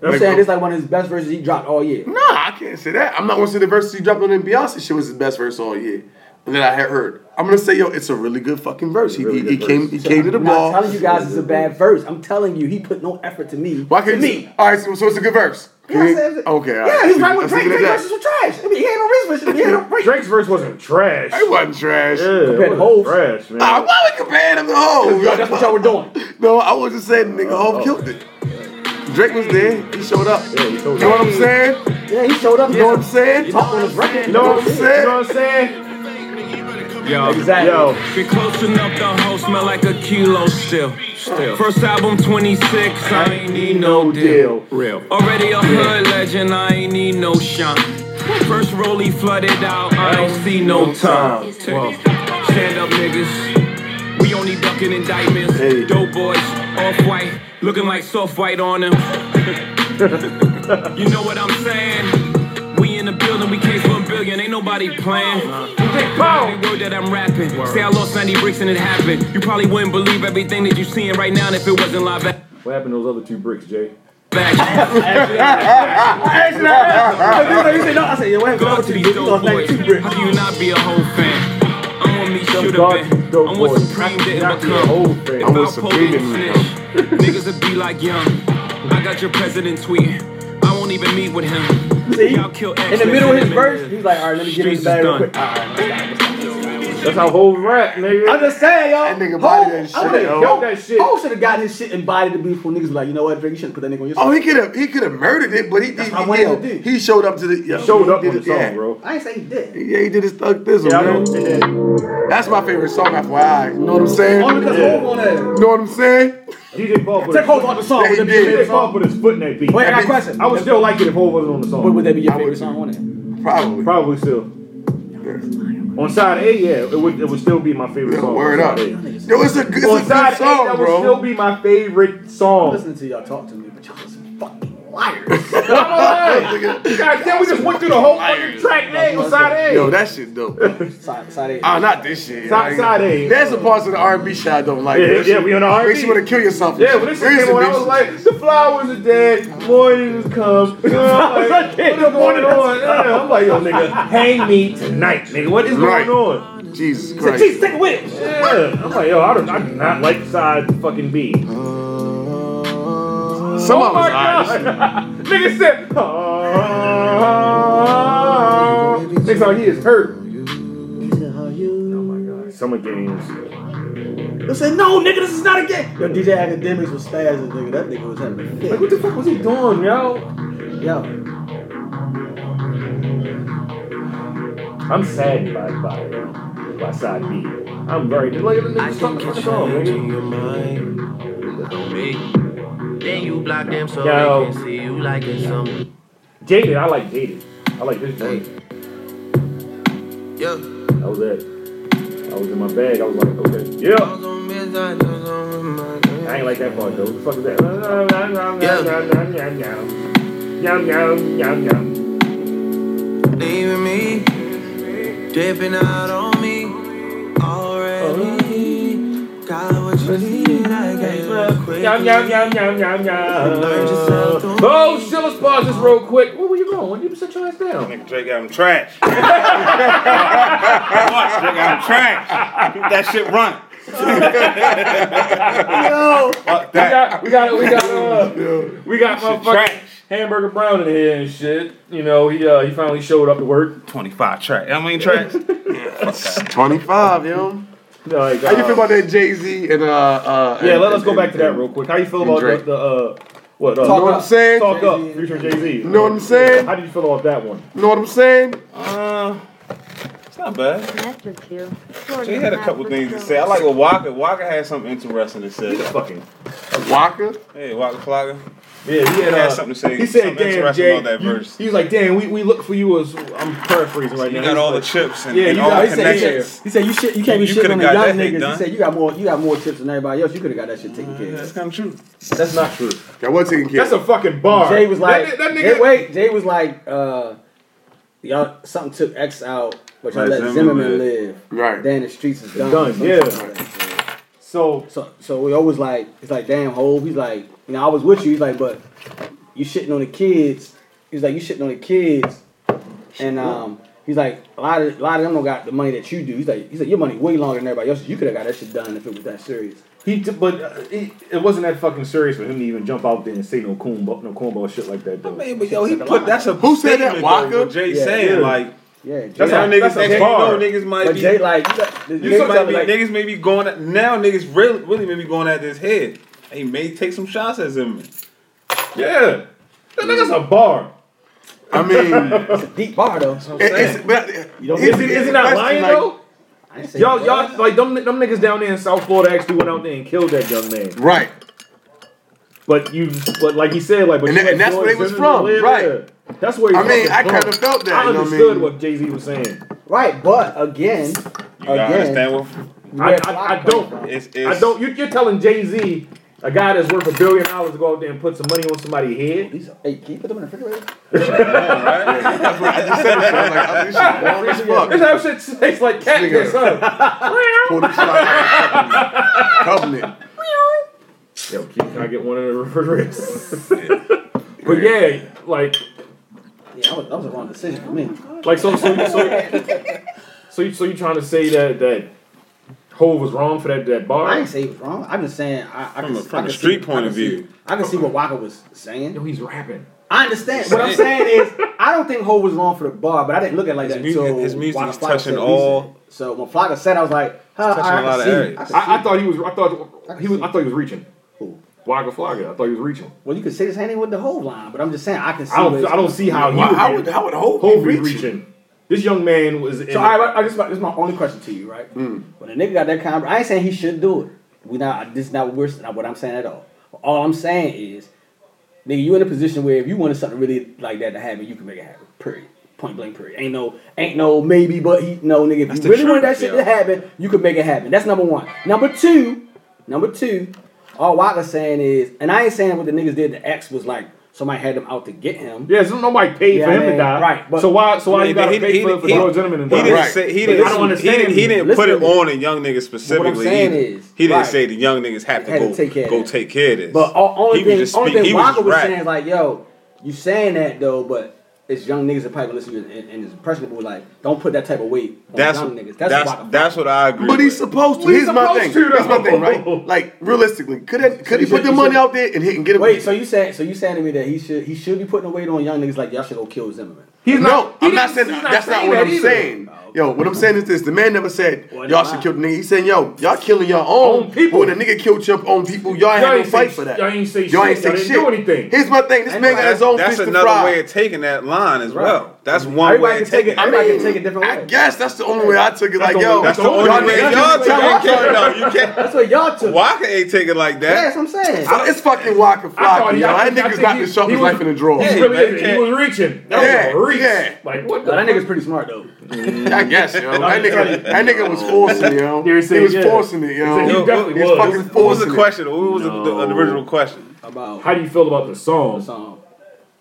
I'm saying this like one of his best verses he dropped all year. Nah, I can't say that. I'm not gonna say the verse he dropped on Beyonce shit was his best verse all year that I had heard. I'm gonna say, yo, it's a really good fucking verse. He, Really he, he good came he verse. came to the I'm not ball. telling you guys it's a bad verse. I'm telling you, he put no effort to me. Why to can't me? you? All right, so, so it's a good verse. Yeah, I said- Okay. all yeah, he's right Let's with leave Drake. it at that. Drake verses was trash. I mean, he ain't no reason for shit. He ain't no break. Drake's verse wasn't trash. It wasn't trash. Yeah, it Compared to wasn't Hov. trash, man. Ah, why we comparing him to That's what y'all Hov? were doing. No, I was just saying, nigga, Hov killed it. Drake was there. He showed up. Oh, Yeah, he You showed know what I'm up. saying? Yeah, he showed up. You know what I'm saying? Talked on his record. You know what I'm saying? saying? You know what I'm saying? Yo, Exactly. Yo, be close enough to whole smell like a kilo still. Still. First album 26, I ain't need no deal. Real. Already a hood legend, I ain't need no shine. First roll he flooded out, I ain't see no time. Whoa. Stand up niggas, we only ducking indictments. Hey. Dope boys, off white, looking like soft white on them. You know what I'm saying? We in the building, we came for a billion, ain't nobody playing. Every word that I'm rapping, say I lost 90 bricks and it happened. You probably wouldn't believe everything that you're seeing right now if it wasn't live back. what happened to those other two bricks, Jay? back. You said no. I said yeah. What Go out happened to to these dope boys. How you? can you not be a whole fan? I'm on me, should God, have been. dope I'm what boys. Supreme I didn't cannot be a become. whole fan. If I'm what I pull Supreme it, didn't snitch, niggas would be like young. I got your president tweeting. I won't even meet with him. See, Y'all kill in the middle of his X-Men. verse, he's like, all right, let me get Streets this is bag real done. quick. All right, That's how whole rap, nigga. I'm just saying, y'all. That nigga body that shit, yo. Killed that shit. should have gotten his shit and bodied the beautiful niggas. Like, you know what, Drake, you shouldn't put that nigga on your. Oh, song. he could have he could have murdered it, but he did. what I wanted to He, do. he showed up to the yeah, showed he up did on the it, song, yeah. bro. I ain't say he did. Yeah, he did his thug thizzle, Yeah, I know. man. And then That's my favorite song after I. You know what I'm saying? Only because Yeah. Hov on that. You know what I'm saying? DJ Paul put Take his, Hov off the song. Yeah, he Would did. that be your favorite DJ Paul song? put his foot in that beat. Wait, I got a That question. I would still like it if Hov wasn't on the song. Would that be your I favorite would- song on it? Probably. Probably still. On side A, yeah, it would it would still be my favorite Yo, song. word on up. side A. Yo, it's a good, On it's a side good A, that song, would still bro. be my favorite song. Listening to y'all talk to me, but y'all some fucking liars. God damn, we just went through the whole fucking track name on side A. Yo, that shit dope. Side, side eight. Ah, not this shit. Side- Like, side A. There's a parts of the R&B shit I don't like. Yeah, That yeah, shit we on the R&B. Makes you want to kill yourself. Yeah, when this shit Seriously, came on, I bitch. was like, the flowers are dead, morning has come. You know, I'm like, what is going on? Yeah, I'm like, yo, nigga, hang me tonight, nigga. What is Right. going on? Jesus Christ. Jeez, take away. Yeah. I'm like, yo, I, don't, I do not like side fucking B. Some of us eyes. nigga said, oh. Nigga sound like he is hurt. Oh Summer games. They said, no, nigga, this is not a game. Yo, DJ Academics was spazzing, nigga. That nigga was having a Like, fit. what the fuck was he doing, yo? Yo, I'm saddened by by um, by side B. I'm very like the nigga stop the song, nigga. Then you block them so Yo. they can see you liking something. Jaded, I like Jaded. I like this joint. Yeah. That was it. I was in my bag. I was like, okay, yeah. I ain't like that part though. What the fuck is that? Yum yum yum yum. Leaving me, dipping out on me already. Got what you need, I gave up quick. Yum yum yum yum yum yum. Oh shit, let's pause this real quick. Where were you going? When you set your ass down? Nigga Drake got him trash. Watch, Drake got him trash. Keep that shit running. Yo, Fuck that. We got we got we got uh, Yo, we got shit motherfucking trash. hamburger brown in here and shit. You know he uh, he finally showed up to work. 25 track. I mean tracks. Twenty five, yo. Like, How you feel uh, about that Jay Z and uh uh? Yeah, and- let us and- go back to that and- real quick. How you feel and about the, Drake. the uh, what? Uh, You know what I'm saying? Talk up, future Jay Z. You know what I'm saying? How did you feel about that one? You know what I'm saying? Uh, it's not bad. She had a couple things to say. I like what Waka. Waka had something interesting to say. Fucking Waka. Hey, Waka Flocka. yeah, he had, He had uh, something to say. He said, Something "Damn, interesting Jay." about that you- verse. He was like, "Damn, we, we look for you as I'm paraphrasing right You now." got all the He's chips and, Yeah, and you all got- the he said, yeah. connections. He said you shit. You can't be You shitting coulda on the got that young hit niggas. done. He said you got more. You got more tips than everybody else. You could have got that shit taken care That's of. kind of true. like, That's not true. That was taking care. That's a fucking bar. Jay was like, that, that nigga. Jay- wait. Jay was like, uh, y'all something took X out, but y'all Let let, Zimmerman Zimmerman, live. Right. Then the streets is done. done, Something yeah. like that. So So so we always like it's like damn hove. He's like you know I was with you. He's like but you shitting on the kids. He's like you shitting on the kids, and um he's like a lot of a lot of them don't got the money that you do. He's like he's like your money way longer than everybody else. You could have got that shit done if it was that serious. he, t- but uh, it, it wasn't that fucking serious for him to even jump out there and say no coonball, no cornball shit like that. Though. I mean, but yo, he put that's a Who said that, statement, Waka? though, what Jay Yeah, saying yeah. like Yeah, Jay, that's Yeah, how niggas. that's a and you bar. know, niggas might but be. Jay like you got- the You niggas might got, be, like, niggas may be going at, now. Niggas really, really may be going at this head. He may take some shots at Zimmerman. Yeah, that nigga's a bar. I mean, deep bar though. it- it's, but, don't here's Is he, the is he not question, lying like, though? I ain't saying Y'all, that. y'all, like them, them niggas down there in South Florida actually went out there and killed that young man. Right. But you, but like he said, like, but And you that- and let that's where Floyd they was Zimmerman from, live right. there. That's where he I was mean, I from. kinda felt that, I you know what I understood mean? what Jay Z was saying. right, but again, You gotta again, understand what I, where Flock I, I comes don't. from. it's, it's I don't. You, you're telling Jay Z, a guy that's worth a billion dollars, to go out there and put some money on somebody's head. These- Hey, can you put them in the refrigerator? I just said it. so I was like, oh, this shit warm as fuck. This how shit tastes like catfish, huh? Pull this shit out of the fucking Covenant. Yo, can can I get one in the refrigerator? but yeah, like, Yeah, that was, that was a wrong decision for me. like so, so, so, so, you, so you trying to say that that Hove was wrong for that that bar? I ain't say he was wrong. I'm just saying I, I from can, a, I from a can street see, point I of can see- view. I can see what Waka was saying. Yo, he's rapping. I understand. What I'm saying is, I don't think Ho was wrong for the bar, but I didn't look at it like His that music- until his music Waka is Flocka said touching what he said. all- So when Flocka said, I was like, huh, touching I, a lot can of see. areas. I can see. I, I thought he was. I thought can he was. see. I thought he was reaching. Who? Waka Flocka. I thought he was reaching. Well, you could say the same thing with the whole line, but I'm just saying I can see. I where don't. it's I don't see how he Why- would. How be- would how would Hope Hove be be reaching? reaching. This young man was. In So all right, I, I just this is my only question to you, right? Mm. When a nigga got that kind, of- I ain't saying he should do it. We not this is not what we're not what I'm saying at all. All I'm saying is, nigga, you in a position where if you wanted something really like that to happen, you can make it happen. Period. Point blank. Period. Ain't no ain't no maybe, but he no nigga. If the you really wanted truth, that shit yeah. to happen, you could make it happen. That's number one. Number two, number two, all Waka's saying is, and I ain't saying what the niggas did. The X was like somebody had them out to get him. Yeah, so nobody paid Yeah, for him to man, die. right, but- so why? So why Yeah, you gotta he- pay he- for, for he- the Royal Gentleman and He die? didn't Right. say he But didn't. I don't He understand. didn't, he didn't Listen put it to me. on the young niggas specifically. saying he, is, he didn't right. say the young niggas have to Had to go take care of go that. take care of this. But all, only He was thing, just only speak- thing he was Waka just was rapping. saying is like, yo, you saying that though, but it's young niggas that probably listen to it and, and is impressionable. Like, don't put that type of weight on that's young that's niggas. That's, that's, Waka. what I agree. But he's with. supposed to. Here's my supposed thing. to, Here's my though. thing, right? Like realistically, could that, could he you put said- the you money said- out there and hit and get him? Wait, so you saying so you saying to me that he should he should be putting the weight on young niggas like y'all should go kill Zimmerman? He's no, he I'm not didn't- saying he's that's not saying what that I'm either. saying. Yo, what I'm saying is this: the man never said Well, y'all never should mind. kill the nigga. He's saying, yo, y'all killing your own Own people. When a nigga killed your own people, y'all, Y'all ain't had no ain't fight say- for that. y'all ain't say shit. Y'all didn't do anything. Here's my thing: this man got his own That's fist to another way fry. of taking that line as well. That's one way Everybody of can take taking it. it. I Everybody mean, can take it different I way. guess that's the only way I took it. Like, the yo, only- That's the only y'all way niggas- y'all y'all- take it. No, you can't. That's what y'all took. Waka ain't take it like Yeah, that. that's what I'm saying. I- It's fucking Waka thought Flocka, he- yo. I That think- I nigga's think got he- to shove he his was- life in the drawer. Yeah. He really man, is. you He was reaching. That Yeah, was a reach. yeah. Like what the Nah, that nigga's pretty smart though. I guess, yo. That nigga, that nigga was forcing it, yo. He You're was saying, yeah. forcing it, yo. He definitely He was. fucking What was forcing the question? What was the, the, the original question? About How do you feel about the song? song.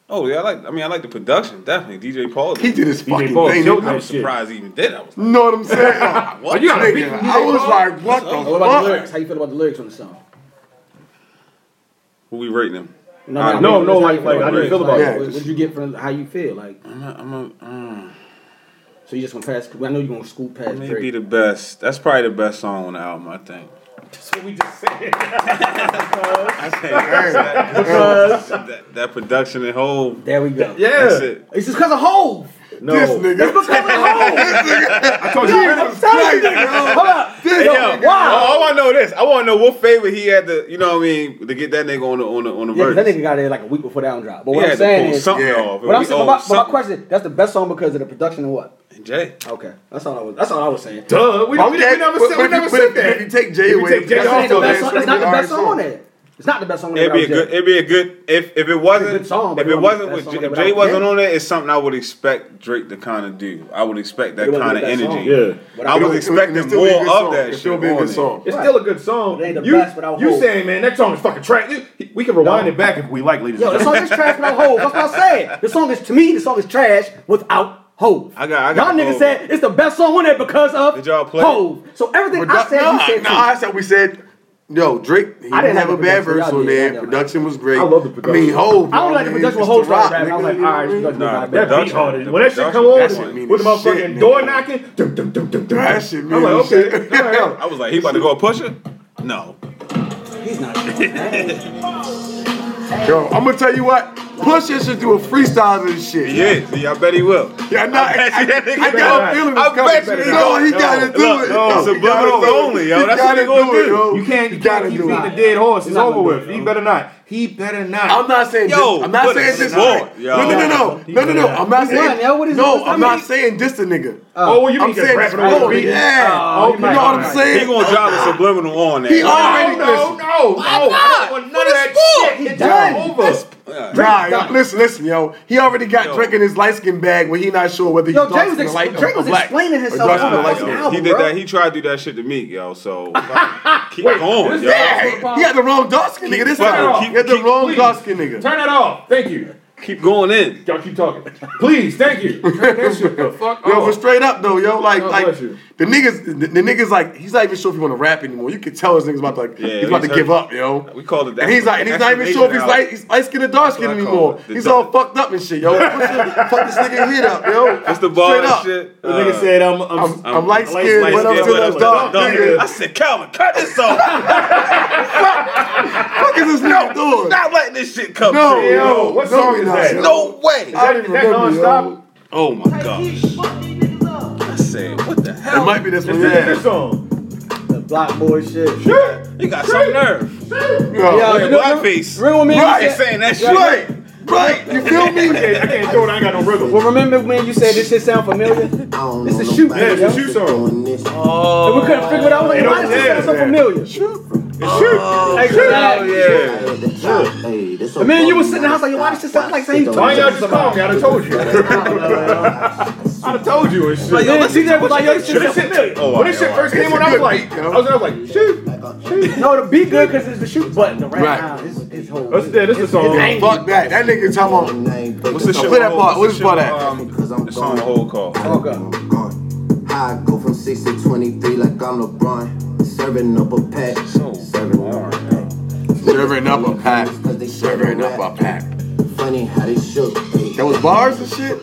Oh yeah, I like. I mean, I like the production definitely. DJ Paul. it. He did his fucking Paul thing. killed You him. I'm surprised he even did. I was like, know what I'm saying? I what? you gotta beat was like, what What about the the lyrics? fuck? How you feel about the lyrics on the song? Who we rating him? No, Uh, I no, mean, no, how like- you like, I didn't feel the about lyrics. it. uh. What would you get from how you feel? Like, I'm a, I'm a, mm. So you just gonna pass? I know you are gonna scoop past Maybe Drake. the best. That's probably the best song on the album, I think. That's what we just said. I think that, that, that production and whole. There we go. Yeah. That's it. It's just because of Hove. No. This It's because of Hove. I told Yeah, I'm telling you, nigga. Hold up. Hey, Yo, yo, wow. Oh, I, want to know this. I want to know what favor he had to, you know what I mean, to get that nigga on the on the on the Yeah, 'cause verse. that nigga got it like a week before that one drop. But He what I'm had to saying pull is, something off. But I'm We saying, owe but my, but my something. question, that's the best song because of the production and what? Jay. Okay, that's all I was. That's all I was saying. Duh. We, we, we never said, we but- never but said if- that. If you take Jay If you away, take Jay that's That's off, not the not the best best- alright, song. It's not the best song on there. It's not the best song on there. It'd be a without good. Jay. It'd be a good if if it It's a wasn't good song, if but it it wasn't wasn't the with best J- song if Jay without wasn't Jay. on there, it's something I would expect Drake to kind of do. I would expect that It wasn't kind of the best energy. song. Yeah. I was expecting more of that It's shit. still be a on good it. song. It's still a good song. It ain't the you best without you Hov. saying, man, that song is fucking trash. You- We can rewind it back if we like, ladies Yo, and the song gentlemen. is trash without Hove. That's what I said. The song is to me. The song is trash without Hove. I got- I got Y'all niggas Hov. said it's the best song on there because of Did y'all play it? Hove. So everything I Produ- said, you nah, said nah, too. I said we said. Yo, Drake, he I didn't didn't have a like the bad production. verse Y'all on did. there. Y'all did. Production was great. I love the I mean, production. Hov. I don't like the production when Hov started rapping. I was like, all right, alright. production Nah, that not bad. That beat Production. hard. is- When that shit Production. come on That shit mean with the as shit, motherfucking nigga. door knocking, dum, dum, dum, dum, dum. That shit I'm mean like, as okay, shit. all right. I was like, he about to go push it. No, He's not. Hey, Yo, I'm gonna tell you what. Pusha should do a freestyle and shit. he is. See, I bet he will. Yeah, nah, I, I, I got a feeling it's I coming. bet you he no, gonna- he gotta do Look, it. no, Yo, subliminal he gotta do it. only, yo. He That's what gotta he gonna do. yo. You can't, He you can't keep beating the dead horse. It's Not over gonna with. do it, He yo. better not. He better not. I'm not saying Yo, this. I'm not put saying a this. sword, nigga. yo. No, no, no, no, no, no, no. I'm not saying. Come on, yo, what is no, this? I I'm not mean- saying this, the nigga. oh, well, you I'm mean just saying rapping this. over the Oh, beat? yeah. Oh, You know what I'm saying? He gonna drop a subliminal on that. He No, already no, no, no. I don't want none of that shit. It's done. over. Nah, yo, listen, listen, yo. He already got Yo. Drake in his light skin bag when he not sure whether he dark Yo, Jay was skin or ex- light skin Jay or was black. explaining Or himself dark skin on or light the skin. album. He did bro. that. He tried to do that shit to Meek, yo. So keep going, yo. Yeah, he had the wrong dark skin nigga this Fuck it, time. keep- He had the keep- wrong please. dark skin nigga. Turn that off. Thank you. Keep going in. Y'all keep talking. Please, thank you. Turn that shit the fuck Yo, but off. straight up though, yo, like, God like bless you. the niggas, the, the niggas, like, he's not even sure if he want to rap anymore. You can tell his niggas about to, like, Yeah, he's about to he's give hurt. up, yo. We called it that. And he's like, and he's not even sure if he's light, he's light skinned or dark skinned That's what I anymore. call it. The He's all double- fucked up and shit, yo. Put your- Fuck this nigga head up, yo. It's the Straight ball and up. shit. Uh, The nigga said, I'm, I'm, I'm, I'm, I'm light skinned, Light but I'm skin, still but a I'm dark dark nigga. I said, Calvin, cut this off. Fuck is this nigga doing? Not letting this shit come No, through. yo, what no, song he is not, that? yo. No way. I Is that nonstop? yo. Oh my gosh. I said, what the hell? It might be this one, This is yeah. this song. The block boy shit. Yo, You got some nerve. Yo, yeah, you know- Blackface. Remember when me and you Right, said- saying that shit. Right, right, you feel me? I can't, I can't do it. I ain't got no rhythm. Well, remember when you said this shit sound familiar? And It's a shoot, Yeah, it's a shoe song. we couldn't figure it out. Like, why does this sound so familiar? Oh, Exactly. yeah. And me and you was sitting in the house like, yo, why does this sound like same Why time? y'all just call me? I done told you. I done told you and shit. Like, yo, this shit was like, yo, this shit When this sound shit, familiar. when this shit first came on, I was like, beat, I yo. was, I was like, shoot. No, the beat good because it's the shoot button. The Right. rap now is is whole. That's, yeah, this is a song. Fuck that. That nigga talking about. What's Um, this So shit? play that part. What's part that? Because I'm the song hold call. Okay. I go from 6 to 23 like I'm LeBron. Serving up a pack. So Serving up a pack. Serving up a pack. Serving up a pack. Funny how they shook. Hey. That was bars and shit?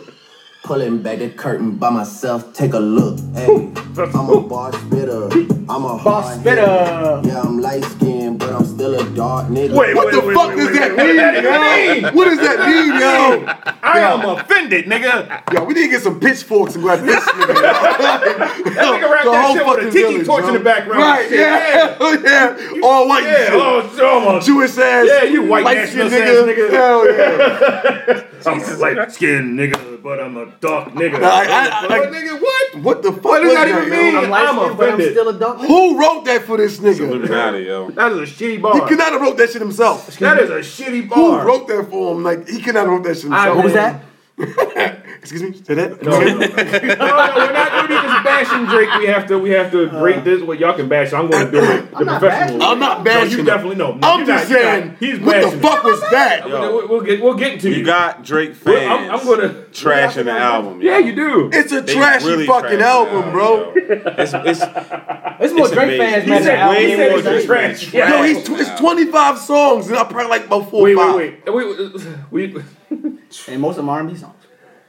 Pulling back the curtain by myself, take a look. Hey, I'm a bar spitter. I'm a hard Boss spit hitter. up. Yeah, I'm light skinned, but I'm still a dark nigga. Wait, What the wait, fuck wait, does wait, that wait, mean, yo? What does that mean, yo? I am offended, nigga. Yo, we need to get some pitchforks and go after this nigga. that That nigga rap that shit with a tiki torch in the background. Right, Shit, yeah. yeah. All white Yeah, shit. oh, oh, my Jewish ass. Yeah, you white light-skinned nationalist ass nigga. Hell yeah. I'm a light skinned nigga, but I'm a dark nigga. Nah, I- I- I- But nigga, what? What the fuck? does was that even mean? yo? I'm light skinned, but I'm offended. still a dog. Who wrote that for this nigga? Illuminati, yo. That is a shitty He bar. could not have wrote that shit himself. That is a shitty Who bar. wrote that for him? Like he could not have wrote that shit I- himself. What was that? Excuse me. Say that. No, no, no, no, we're not doing this bashing Drake. We have to, we have to rate this. Well, y'all can bash. I'm going to do it the professional. not bashing. Uh, I'm not No, bashing. you him. definitely know. No, I'm you're just not, you're saying. not. He's what the bashing fuck was that? We'll, we'll get, we'll get to you. You got Drake Well, fans. I'm- I'm gonna- trashing the album. yo. yeah, you do. It's a They trashy really trashing fucking the album, bro. yo. It's, it's, It's more It's Drake amazing. fans, He man. said than way Alvin more Ailey. Drake fans. Yeah. Yo, he's tw- it's 25 songs, and I probably like about four or Wait, five. wait, wait, wait, wait, wait. And most of them R&B songs.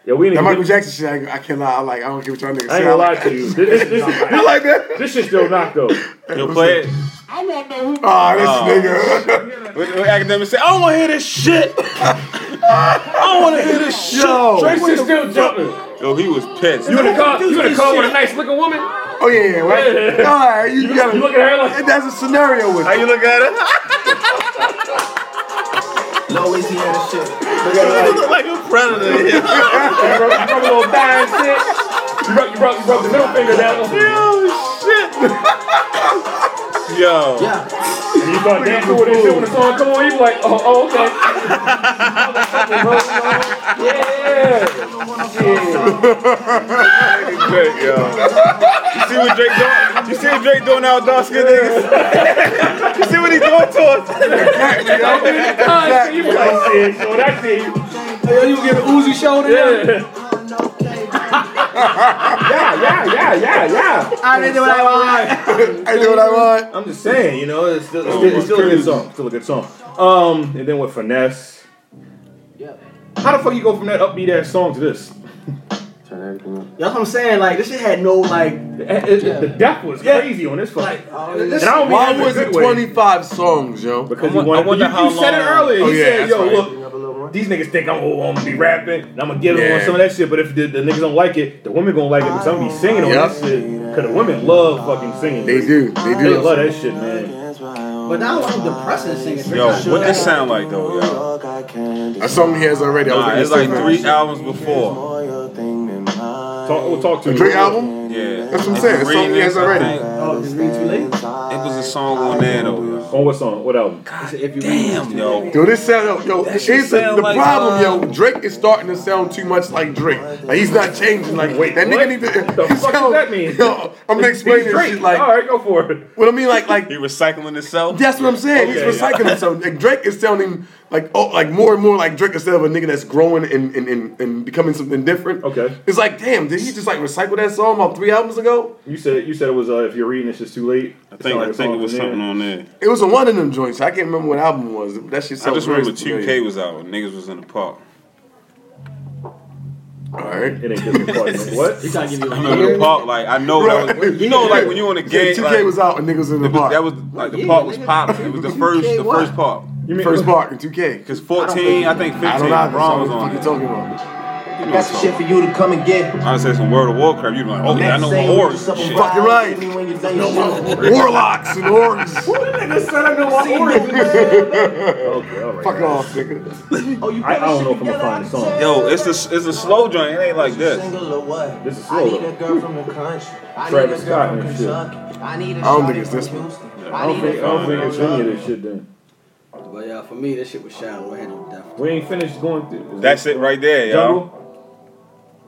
Yeah, we ain't that even- Michael Jackson shit, I, I can't lie. I like. I don't give a what y'all niggas say. I ain't I gonna lie like- to you. This, this, this, You like that? this shit still knocked though. Yo, play it. I want to know who. Ah, Oh. this nigga. What, what academic say? I don't want to hear this shit. I don't want to hear this shit. Yo. Drake This shit was- still jumping. Yo, he was pissed. You in the car? You in the car with a nice looking woman? Oh yeah, yeah. Right? All right, you, You, gotta. you look at her like. that's a scenario with. How you look at it? Louisiana shit. You look like a predator. Yo, You rub, you rub a little dime shit. You rub, you rub, you rub the middle finger down. shit. Yo. Yeah. And you start dancing with it. shit When the song come on, you be like, oh, oh okay. yeah. Drake, yo. You see what Drake doing? You see what Drake doing now, dark skin niggas? you see what he doing to us? Ah, shit, You be like, shit, so that's it. Yo, you get an Uzi shoulder. Yeah. yeah, yeah, yeah, yeah, yeah. I didn't do what I Oh, want. I do what I want. I'm just saying, you know, it's still, it's still, it's still a good song. Still a good song. Um, and then with finesse. How the fuck you go from that upbeat ass song to this? That's what I'm saying. Like this shit had no like. It- it- The death was crazy on this fuck. Oh, this and I don't mean Why that in a was good it way, 25 songs, yo? Because I you wonder- wanted, I wonder you, how you said it long- earlier. Oh, he yeah, said, that's "Yo, right. look, these niggas think I'm, oh, I'm gonna be rapping and I'm gonna give them on Yeah. some of that shit. But if the, the niggas don't like it, the women gonna like it because I'm gonna be singing on Yup. this shit. Because the women love fucking singing. They do. They They love do. that shit, man. But now I'm depressing singing. Yo, what that sound like though, yo? A song he has already. I was Nah, gonna it's say, like man. three albums before. Talk, we'll talk to The you. Drake album? Yeah. That's what I'm saying. It's Three on the ass years, I already. think. Oh, did read too late? It was a song on there though. On what song? What album? It's a if you read. Damn, yo. Yo, this sound, yo, it's shit the, sound the like, problem, uh, yo. Drake is starting to sound too much like Drake. Like he's not changing. Like Wait, that what? nigga need to. What the he fuck does that mean? Yo, I'm gonna explain He's this Drake. shit. Like all right, go for it. what I mean, like like He recycling himself. that's what I'm saying. Okay, he's recycling himself. Like Drake is sounding like oh, like more and more like Drake instead of a nigga that's growing and and, and, and becoming something different. Okay. It's like damn, did he just like recycle that song about three albums ago? You said you said it was uh, if you're reading this, it's too late. I think I think it was something on there. It was on one of them joints. I can't remember what album it was. That shit. I just sounds very remember 2K familiar. was out. and Niggas was in the park. All right. It ain't Disney Park. What? He trying to give you I remember the park. Like I know that was. You know, like when you on the Yeah, game. 2K like, was out and niggas in the It was, park. that was like the part was popping. It was the first, the what? first part. You mean first park in 2K. Cause fourteen, I think I fifteen, don't know. Braun What the was fuck on you it. talking about? That's the shit for you to come and get. I say some World of Warcraft. You be like, oh yeah, I know my horse. and Shit. Fucking right. Warlocks and orcs. Okay, all right. Oh, Fuck off, nigga. I, I don't know if I'm gonna find the song. Yo, it's a it's a slow joint. It ain't like this. This is slow. though. girl from the country. I Travis Scott and shit. I need a I don't shawty think it's from this one. Houston. I don't think I don't think it's any of this shit. Then But yeah, for me, this shit was shallow. It had no depth. we ain't finished going through. That's it right there, yo. Jungle.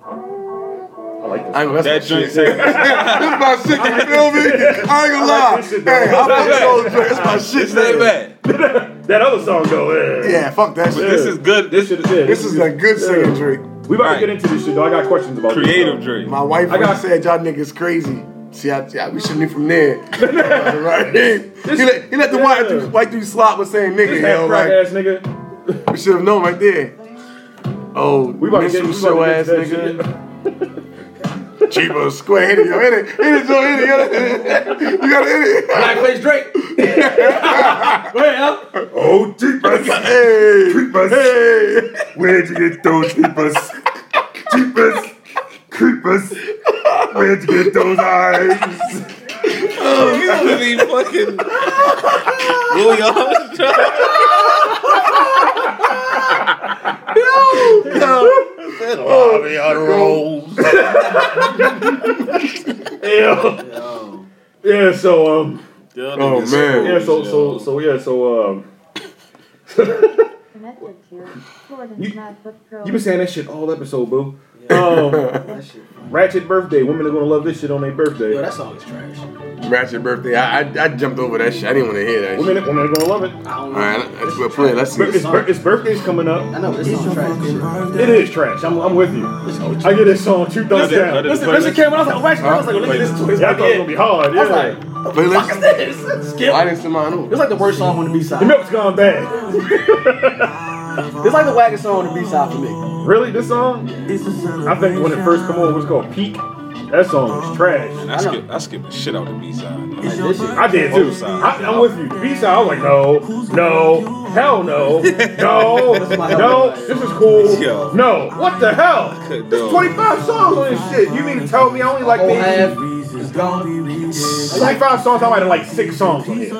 I like this. I know that's that That joint. shit. say- That's my shit. You feel me? I ain't gonna I lie. like this shit, though. Hey, I fuck It's not those joints. That's my shit. It's man. not bad. That other song though. Yeah. Yeah, fuck that shit. This is good. This This shit is is it. This is a good singing Drake. We about Right. to get into this shit though. I got questions about this, creative though. Drake. My wife I got- already said y'all niggas crazy. See, I, I, we shouldn't be from there. right? He let, he let the white dude, white dude slot with saying nigga. This You half know, crack like, ass nigga. we should have known right there. Oh, We about to get we about show to get ass to that nigga. shit. Chibo square hit it, yo, hit it, hit it, yo, hit it, yo, hit it. You gotta hit it. Black face Drake. Go ahead, Al. Oh, jeepers. Hey, Creepers. hey. Where'd you get those jeepers? jeepers. Creepers. Where'd you get those eyes? Oh, You gonna be fucking Louis Armstrong. Yeah. Yeah, so um Oh man, yeah, so so so yeah, so um you been saying that shit all episode, boo. Um, That shit. Ratchet birthday. Women are gonna love this shit on their birthday. Yo, that song is trash. Ratchet birthday. I, I I jumped over that shit. I didn't want to hear that. Shit. women, women are gonna love it. I don't know. All right, let's go play. Let's see. It's, This. bir- it's birthday's coming up. I know, but this song trash. as shit. It is trash. I'm, I'm with you. I get this song two thumbs Listen, down. listen, Listen, listen, Cameron, I was like, oh, actually, I was like, oh, look at this twist. Yeah, I thought it was gonna be hard. Yeah. I was like, Playlist? What is this? Skip. Why didn't somebody know? It's like the worst song on the B side. The milk's gone bad. It's like the wackest song on the B side for me. Really, this song? I think when it first come on, it was called Peak. That song was trash. I skip, I skip the shit out the B side. Like this shit. I did too. I, I'm with you. B side, I was like, no, no, hell no, no, no. This is Yo. cool. No, what the hell? Good There's dog. 25 songs on this shit. You mean to tell me I only like Whole maybe half is gone. 25 songs? I might have like six songs on here.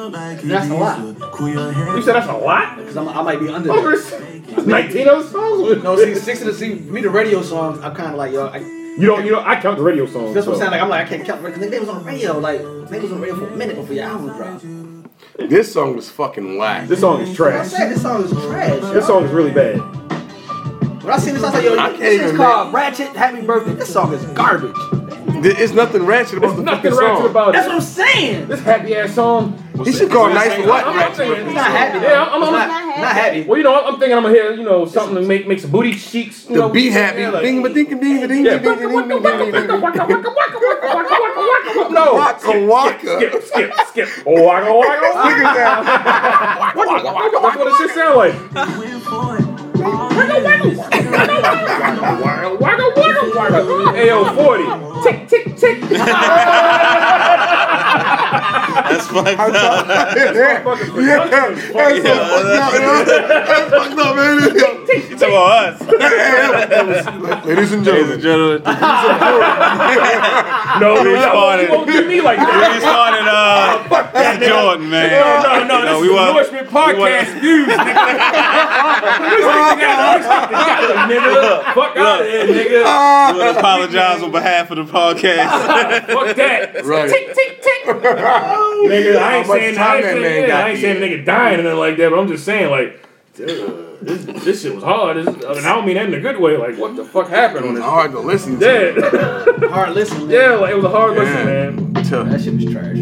That's a lot. You said that's a lot. Cause I'm, I might be under. Over That. s- 19 other songs. No, see, six of the see me the radio songs. I'm kind of like yo. I, You don't. You know. I count the radio songs. that's what I'm so. saying. Like I'm like I can't count because they was on the radio. Like they was on the radio for a minute before your album dropped. This song was fucking whack. This song is I trash. said this song is trash. yo. This song is really bad. When I seen this, I was like, yo, I can't this is even called Ratchet Happy Birthday. This song is garbage. Th- It's nothing ratchet about the Nothing fucking ratchet song. about That's what it. I'm saying. This happy ass song. he should call nice saying? what I'm ratchet. saying- It's not happy. though. Yeah, I'm- I'm- It's I'm- not, not happy. Well, you know, I'm thinking I'm gonna hear, you know, something to make make some booty cheeks. You The know, be yeah, happy. like- Ding ba ding ba ding ba ding Yeah. ba ding ba ding ba ding ba ding. No. Waka waka. Skip, skip, skip. Oh, Waka Look waka. at that. That's what it should sound like. Waka waka waka. Hey yo, forty. Tick tick tick. That's fucked up. Yeah, Fucking that's production. fucked up. yo. That's fucked up, man. You talking about us? Ladies and Ladies and gentlemen, gentlemen, No, no, no. started. You won't do me like that. we started uh, Jordan, man. No, no, no. This is want- Norseman podcast views, nigga. Nigga, fuck out of here, nigga. We want to apologize on behalf of the podcast. Fuck that. right. Nigga, I ain't How much saying, I time ain't that saying, man yeah, got I ain't saying nigga dying or nothing like that, but I'm just saying, like, dude, this, this shit was hard. This, I mean, I don't mean that in a good way. Like, what the fuck happened on this? Hard to listen to. Yeah, All right, listen. yeah, Man. like, it was a hard Yeah. listen, man. That shit was trash.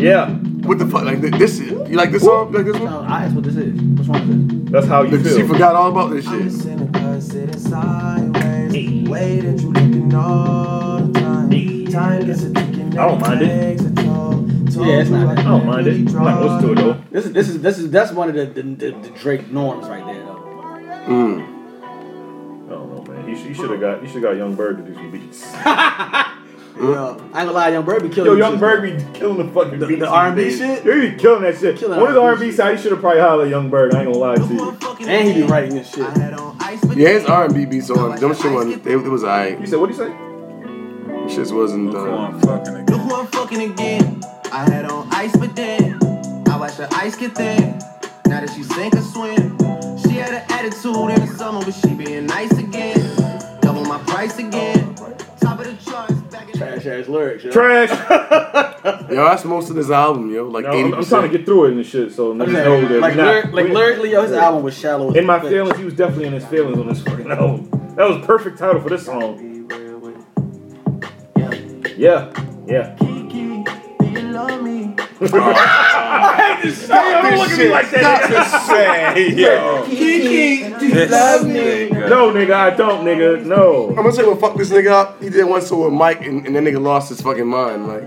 Yeah, What the fuck? Like thi- this? shit- You like this song? You like this one? No, I asked what this is. Which one is this? that's how you Because she feel. forgot all about this shit. Seneca sitting sideways, waiting, you looking all the time. Time gets a ticking. I don't mind it. Yeah, it's not I don't mind it. I like, listen to it though. This is this is this is that's one of the the, the, the Drake norms right there though. Mm. I don't know, man. You, sh- you should have got, you should got Young Bird to do some beats. Yeah. I ain't gonna lie, Young Bird be killing. Yo, this Young shit. Bird be killing the fucking The- beats the R&B these days. shit? He be killing that shit. Killing One of the R&B R&B side, you should have probably hollered at Young Bird. I ain't gonna lie to you. and he be writing this shit. Yeah, his R and B beats on. Them shit wasn't. It, it was alright. You said, what do you say? Shit wasn't. Uh, Look who I'm fucking again. I had on ice, but then I watched her ice get thin. Now that she sink or swim, she had an attitude in the summer, but she being nice again. Double my price again. Top of the charts, back in Trash ass lyrics. Yo. Trash. yo, that's most of this album, yo. Like No, eighty I'm, I'm trying to percent. get through it and shit. So I'm niggas saying, know that like, we not- lyric, like we- lyrically, yo, his album was shallow. as In my fuck. feelings, he was definitely in his feelings on this fucking album. That was a perfect title for this song. Yeah, yeah. Stop don't look at me like that. Say, yo. I'm No, nigga, I don't, nigga. No. gonna say what fuck this nigga up. He did one so with Mike, and, and that nigga lost his fucking mind. Like,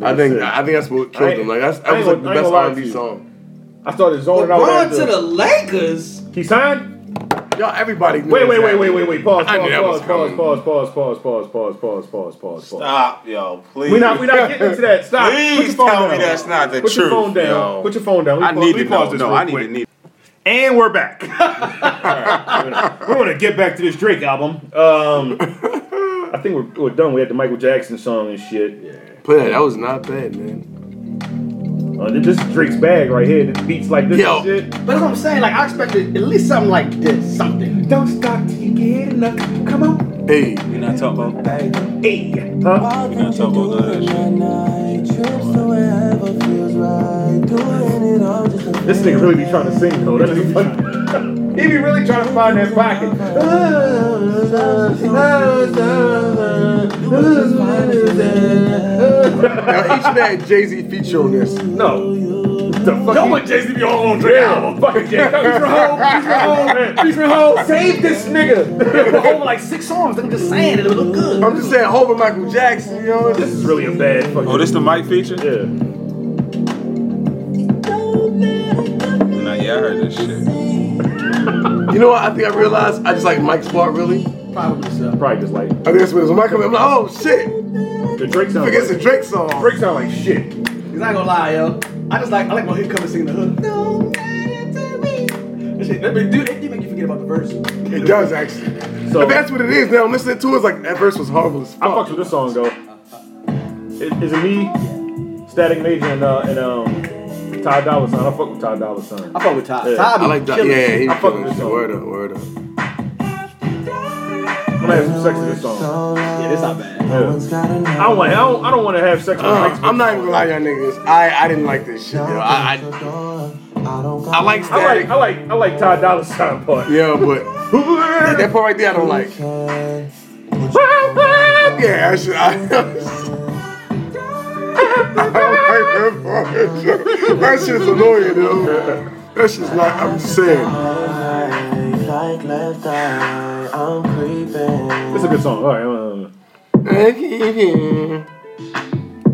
I think That's it. I think that's what I killed ain't- him. Like, that's, I that was ain't like the gonna- I ain't best gonna lie R and to B you. song. I started zoning out. LeBron after- to the Lakers. He signed? Yo, everybody. Wait, wait, wait, wait, wait, wait. Pause, I knew that pause, was pause, coming. pause, pause, pause, pause, pause, pause, pause, pause, pause. Stop, yo, please. We're not, we're not getting into that. Stop. Put your Please phone tell down. me that's not the Put truth. your phone down. yo. Put your phone down. We I pause- need we to pause know. this No, real I need quick. to need. And we're back. Alright, we're gonna get back to this Drake album. Um, I think we're, we're done. We had the Michael Jackson song and shit. Play that. That was not bad, man. Uh, this is Drake's bag right here. It beats like this Yo. and shit. But that's what I'm saying. Like I expected at least something like this, something. Don't stop till you get enough. Come on. Hey, We're not talking about. Hey. Huh? We're not talking about none of that shit. This nigga really be trying to sing though. That is funny. he be really trying to find that pocket. now, he should have had Jay Z feature on this. No. the fuck? Don't want Jay Z be all on Dre album. Fucking Jay. Featuring Hov, featuring Hov, featuring Hov. Save this nigga. Over like six songs. I'm just saying it. It look good. I'm just saying Hov and Michael Jackson. You know. This is really a bad fucking. Oh, this the mic feature? Yeah. Nah, yeah, I heard this shit. You know what? I think I realized I just like Mike's part really. Probably so. Probably just like I think that's what it is. When Mike come in, I'm like, oh shit, the Drake I sound. think it's a Like, Drake song. Drake sound like shit. Cause I ain't gonna lie, yo. I just like I like when he come and sing the hook. No matter to me. That shit, that bit- dude, that do make you forget about the verse. It does actually. So If that's what it is now, I'm listening to it. It's like that verse was horrible as I fuck. fucked with this song though. Is, is it me, Static Major, and uh, and um, Ty Dolla Sign? I fuck with Ty Dolla Sign. I fuck with Ty. Yeah. Ty be I like that. killing Yeah, yeah, it. he I was fuck killing it. with this song. Word up, word up. I'm gonna have some sex with this song. yeah, that's not bad. Yeah. I don't want. I don't. I don't want to have sex with Uh, Mike's. I'm not even gonna lie, y'all niggas. I, I didn't like this shit, yo. I I, I like I static, like. I like. I like Ty Dolla Sign part. yeah, but that part right there I don't like. Yeah, I should. I, I don't like that part. That shit's annoying, yo. That shit's like I'm just saying. It's a good song. All right. Uh,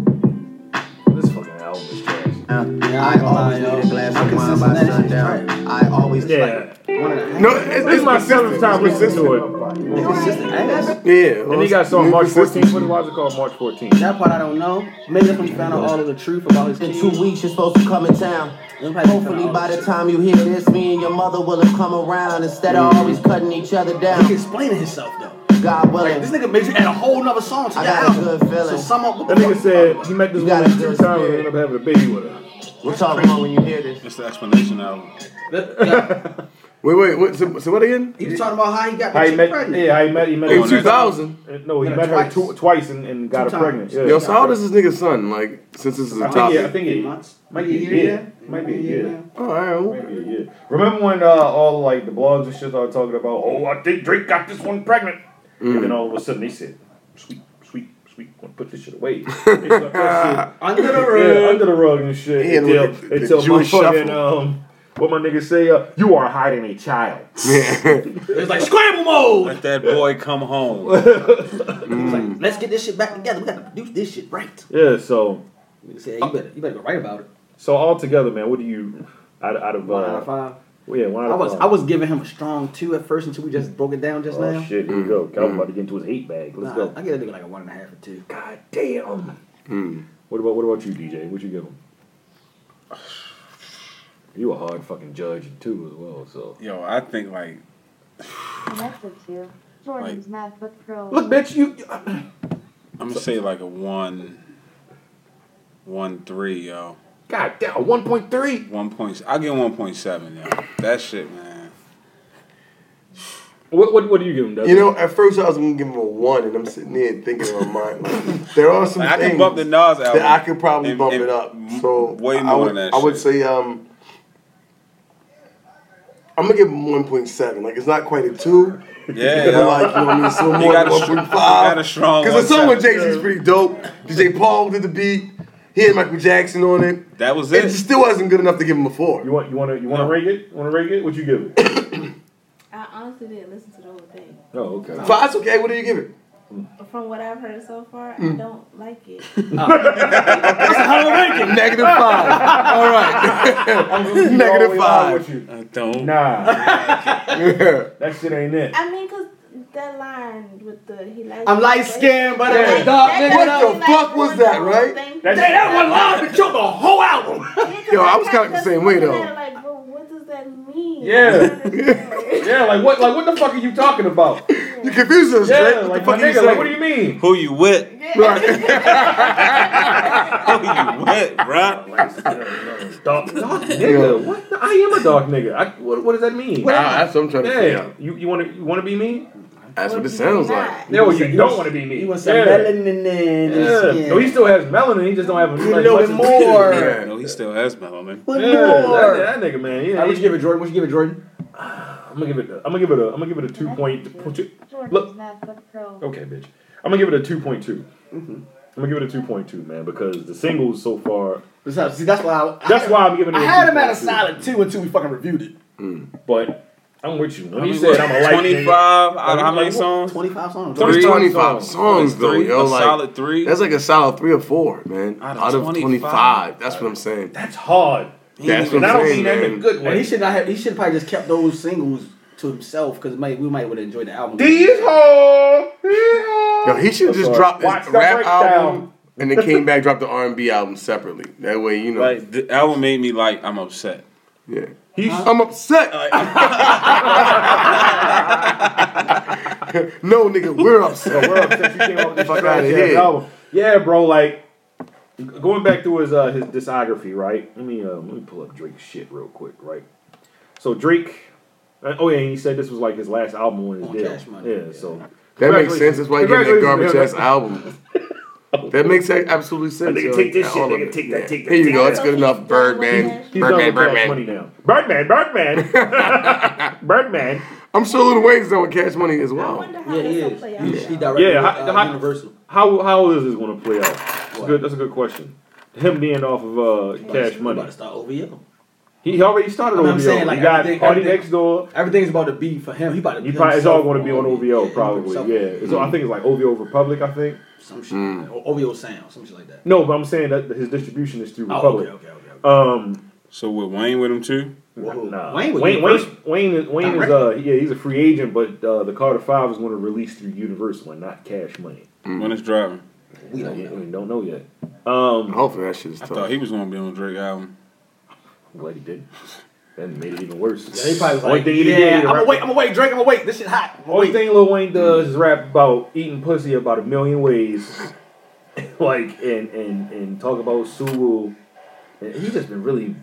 this fucking album is trash. I ain't gonna lie, yo. I'm consistent that shit. Right. I always Yeah. No, it's, This is it's my consistent. seventh time It's listening to consistent. it. Consistent ass. Yeah. And he got song it's March consistent. 14th. What was it called? March 14th. That part I don't know. Maybe that's when you found out all of the truth about his In kids. two weeks, you're supposed to come in town. Them probably Hopefully, found by all the shit. time you hear this, me and your mother will have come around instead of always cutting each other Mm-hmm. He down. explaining himself though. God Like willing, this nigga made you add a whole nother song to I that got a album. good feeling. So sum up what the That nigga fuck- said he met this You got woman a two good times and spirit. ended up having a baby with her. we'll talk more when you hear this. It's the explanation album. Wait, wait. What, so, so what again? He was talking about how he got How that he chick met? pregnant. Yeah, how he met. He met In her. 2000. Uh, No, he Yeah, met her twice. tw- twice and, and got Two her pregnant. times. Yeah. Yo, so how old is this nigga's son? Like, since this is a I think, topic. yeah, I think it Months? might be a Year, year. Might be a year. All right. well, Might be a year. Remember when uh, all like the blogs and shit started talking about? Oh, I think Drake got this one pregnant, Mm. and then all of a sudden they said, "Sweet, sweet, sweet, gonna put this shit away." They stuck that shit Under the Yeah, rug. under the rug and shit. Yeah, until look at the- the until my Jewish fucking shuffle. um, what my niggas say, uh, you are hiding a child. It was like scramble mode. Let that boy come home. Let's get this shit back together. We gotta produce this shit right. Yeah, so Nigga said, you better, you better go write about it. so all together, man. What do you out, out of uh, One out of five. Yeah, one out I of was five. I was giving him a strong two at first until we just broke it down just Oh now. shit! Here we go. I was about to get into his hate bag. Let's Nah, go. I get a nigga like a one and a half or two. God damn. What about what about you, DJ? What you give him? You a hard fucking judge too, as well. So Yo, I think like Jordan's math book pro. look, bitch, you. I'm gonna say like a one, one three, yo. God damn, one point three. One point. I get one point seven, yo. That shit, man. What, what what do you give him? Dustin? You know, at first I was gonna give him a one, and I'm sitting there and thinking in my mind, like, there are some Like, I things can bump the Nas album. that I could probably and- bump and it up. m- So way I more would, than that. I would shit. say um, I'm gonna give him 1.7. Like it's not quite a two, yeah, but yo. like you know what I mean. So more got like a str- 1.5. you got a strong Because the song with 1.7. Jay Z's pretty dope. DJ Paul did the beat. He had Michael Jackson on it. That was It it. just still wasn't good enough to give him a four. You want you want to you want to rate it? Want to rate it? What you give it? I honestly didn't listen to the whole thing. oh, okay. Five's okay. What do you give it? From what I've heard so far, Mm. I don't like it. Negative five. All right. Negative five. I don't. Nah, Yeah. that shit ain't it. I mean, cause that line with the he likes. I'm light skinned, but Yeah. I'm dark That nigga. doesn't What be the fuck was one that, whole right? thing. That- Hey, that one line would kill the whole album. Yeah, 'cause Yo, I was kinda kept the same way, looking though. at it Like, well, what does that mean? Yeah. Yeah. Yeah, like what like what the fuck are you talking about? You confused us, Yeah, Drake. like my What the fuck nigga, like what do you mean? Who you with? Right. Who you with, bruh? Dark, dark nigga. What? The, I am a dark nigga. I, what, what does that mean? Nah, that's what I'm trying to figure yeah, out. you you want to you want to be me? That's what it sounds like. No, was- you he don't was- want to be me. He wants some yeah. melanin in his Yeah. skin. No, he still has melanin. He just don't have as Put a much- little much bit as- more. Yeah. No, he still has melanin. Put Yeah, more. that, that nigga man. Yeah, All right, what you give it, Jordan? What you give it, Jordan? I'm gonna give it. I'm gonna give it a. I'm gonna give it a two point. two- Jordan's Look. math book pro. Mm-hmm. Okay, bitch. I'm gonna give it a two point two. I'm gonna give it a 2.2, man, because the singles so far. See, that's why. I, that's why I'm giving it. I a had him at a 2.2. solid two until we fucking reviewed it. But I'm with you. When I he mean, said what, I'm a light 25 out of how many songs? 25 songs. Three, 25 songs though, Three, yo. a like, solid three? That's like a solid three or four, man. Out Out of, of 25. 25? That's what I'm saying. That's hard. That's what I'm saying, man. And he should not have. He should probably just kept those singles to himself because might we might would have enjoyed the album. These hoes. Yo, he should I'm just sorry. drop his Watch the rap breakdown. album and then came back, dropped the R and B album separately. That way, you know. Like the album made me like I'm upset. Yeah. I'm upset. no, nigga, we're upset. we're upset. You came out Fuck with this outta trash ass here. album. Yeah, bro. Like g- going back through his uh, his discography, right? Let me uh, let me pull up Drake's shit real quick, right? So Drake. uh, oh yeah, and he said this was like his last album on his deal. yeah, so That makes sense. That's why you gave that Congratulations. garbage ass album. That makes a- absolute sense. nigga, yo. take this shit, All of nigga, it. take that, take that, Here you take go. that. That's good enough. Birdman. He's done Birdman. with Cash Money Birdman. now. Birdman, Birdman, Birdman. I'm still in ways done with Cash Money as well. Yeah, he is. He, he directed Yeah, uh, how, how, Universal. How how is this going to play out? That's good. That's a good question. Him being off of uh, Cash Money. About to start OVO. He already started I mean, I'm OVO. saying, like, he got everything- Party everything- Next Door. Everything's about to be for him. He about to. He put probably, it's all himself going to be on OVO, probably. himself. Yeah. So I think it's like OVO Republic. I think. Some shit. Mm. Or OVO sound, some shit like that. No, but I'm saying that his distribution is through Oh, Republic. okay, okay, Um, so with Wayne with him too? Nah. Wayne, Wayne Wayne, with Wayne, Universal. Wayne, is- Wayne is uh, yeah, he's a free agent, but uh, the Carter Five is going to release through Universal and not Cash Money. When it's driving. We don't, know. We don't know yet. Um, Hopefully that shit is I tough. thought he was gonna be on Drake album. I'm glad he did. That made it even worse. Yeah, he probably was Only like, thing he did yeah, was I'm gonna rap- wait, I'm gonna wait, Drake, I'm gonna wait. This shit hot. Only thing Lil Wayne does is rap about eating pussy about a million ways, like and and and talk about Sulu. And He just been really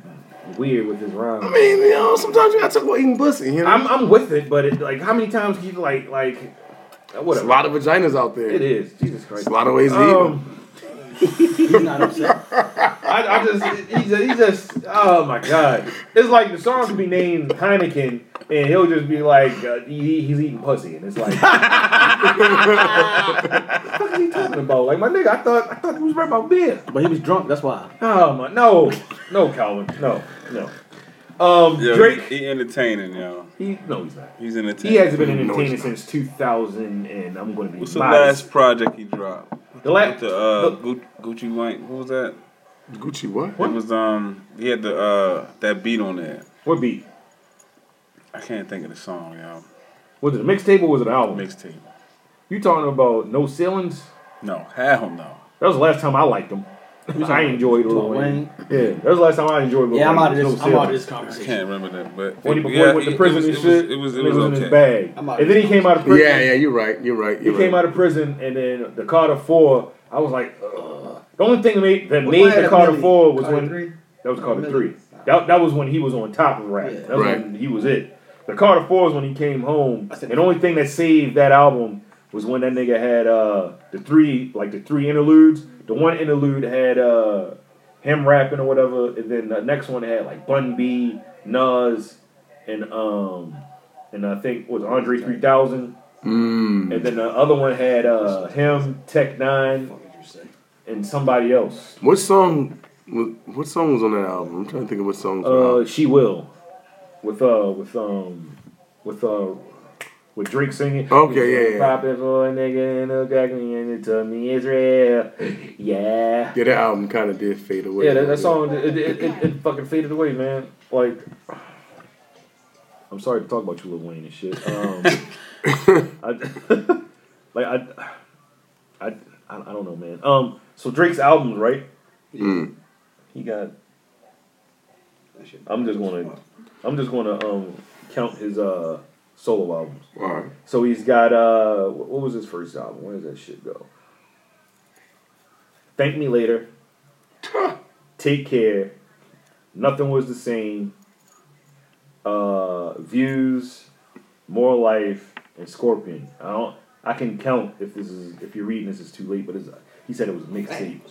weird with his rhymes. I mean, you know, sometimes you gotta talk about eating pussy. You know, I'm I'm with it, but it, like, how many times can you like like There's whatever? a lot of vaginas out there. It is Jesus Christ. It's a lot of ways to eat. Um, I, I just he just he just oh my god! It's like the song could be named Heineken, and he'll just be like uh, he, he's eating pussy, and it's like what the fuck is he talking about? Like my nigga, I thought I thought he was right about beer. But he was drunk, that's why. Oh my no, no Calvin, no no. Um, Yo, Drake, He, he entertaining, yo. He, no, he's not. He's entertaining. he hasn't been entertaining entertaining since 2000, and I'm going to be What's the biased. last project he dropped? The last- With the, uh, Gu- Gucci Wayne. What was that? Gucci what? It was um. He had the uh that beat on there. What beat? I can't think of the song, yo. Was it a mixtape or was it an album? Mixtape. You talking about no ceilings? No, hell no. That was the last time I liked him. I enjoyed Lil Lil Wayne. Yeah, that was the last time I enjoyed Lil Wayne. Yeah, I'm out of There's this. no I'm out of ceilings. this I conversation. can't remember that, but When he yeah, went with the it- prison it and was- shit, It was it niggas was, in okay. his bag. I'm out And then he came out of prison. Yeah, yeah, you're right. You're right. He You're came right. out of prison, and then the Carter Four. I was like, Ugh. the only thing that made that What made had the a Carter Millie? Four was Carter when three? that was Oh, Carter Millie. Three. That, that was when he was on top of rap. Yeah. That was Right. when he was it. The Carter Four is when he came home, I and said- the only thing that saved that album was when that nigga had uh, the three like the three interludes. The one interlude had uh, him rapping or whatever, and then the next one had like Bun B, Nas, and um, and I think was Andre Three Thousand. Mm. And then the other one had uh, him, Tech Nine, and somebody else. What song? was- What song was on that album? I'm trying to think of what songs. were Uh, out. she will, with uh, with um, with uh, with Drake singing. Okay, yeah, yeah. Popping for a nigga and a crack me and it told me it's real. Yeah. yeah, that album kind of did fade away. Yeah, that, that song it, it, it, it, it fucking faded away, man. Like, I'm sorry to talk about you, Lil Wayne and shit. Um, I, like I, I, I, I don't know, man. Um, so Drake's albums, right? Mm. He got. I'm just gonna, I'm just gonna um count his uh solo albums. All right. So he's got uh, wh- what was his first album? Where does that shit go? Thank me later. Take care. Nothing was the same. Uh, views, more life, and Scorpion. I don't. I can count if this is if you're reading this is too late, but it's, he said it was mixtape.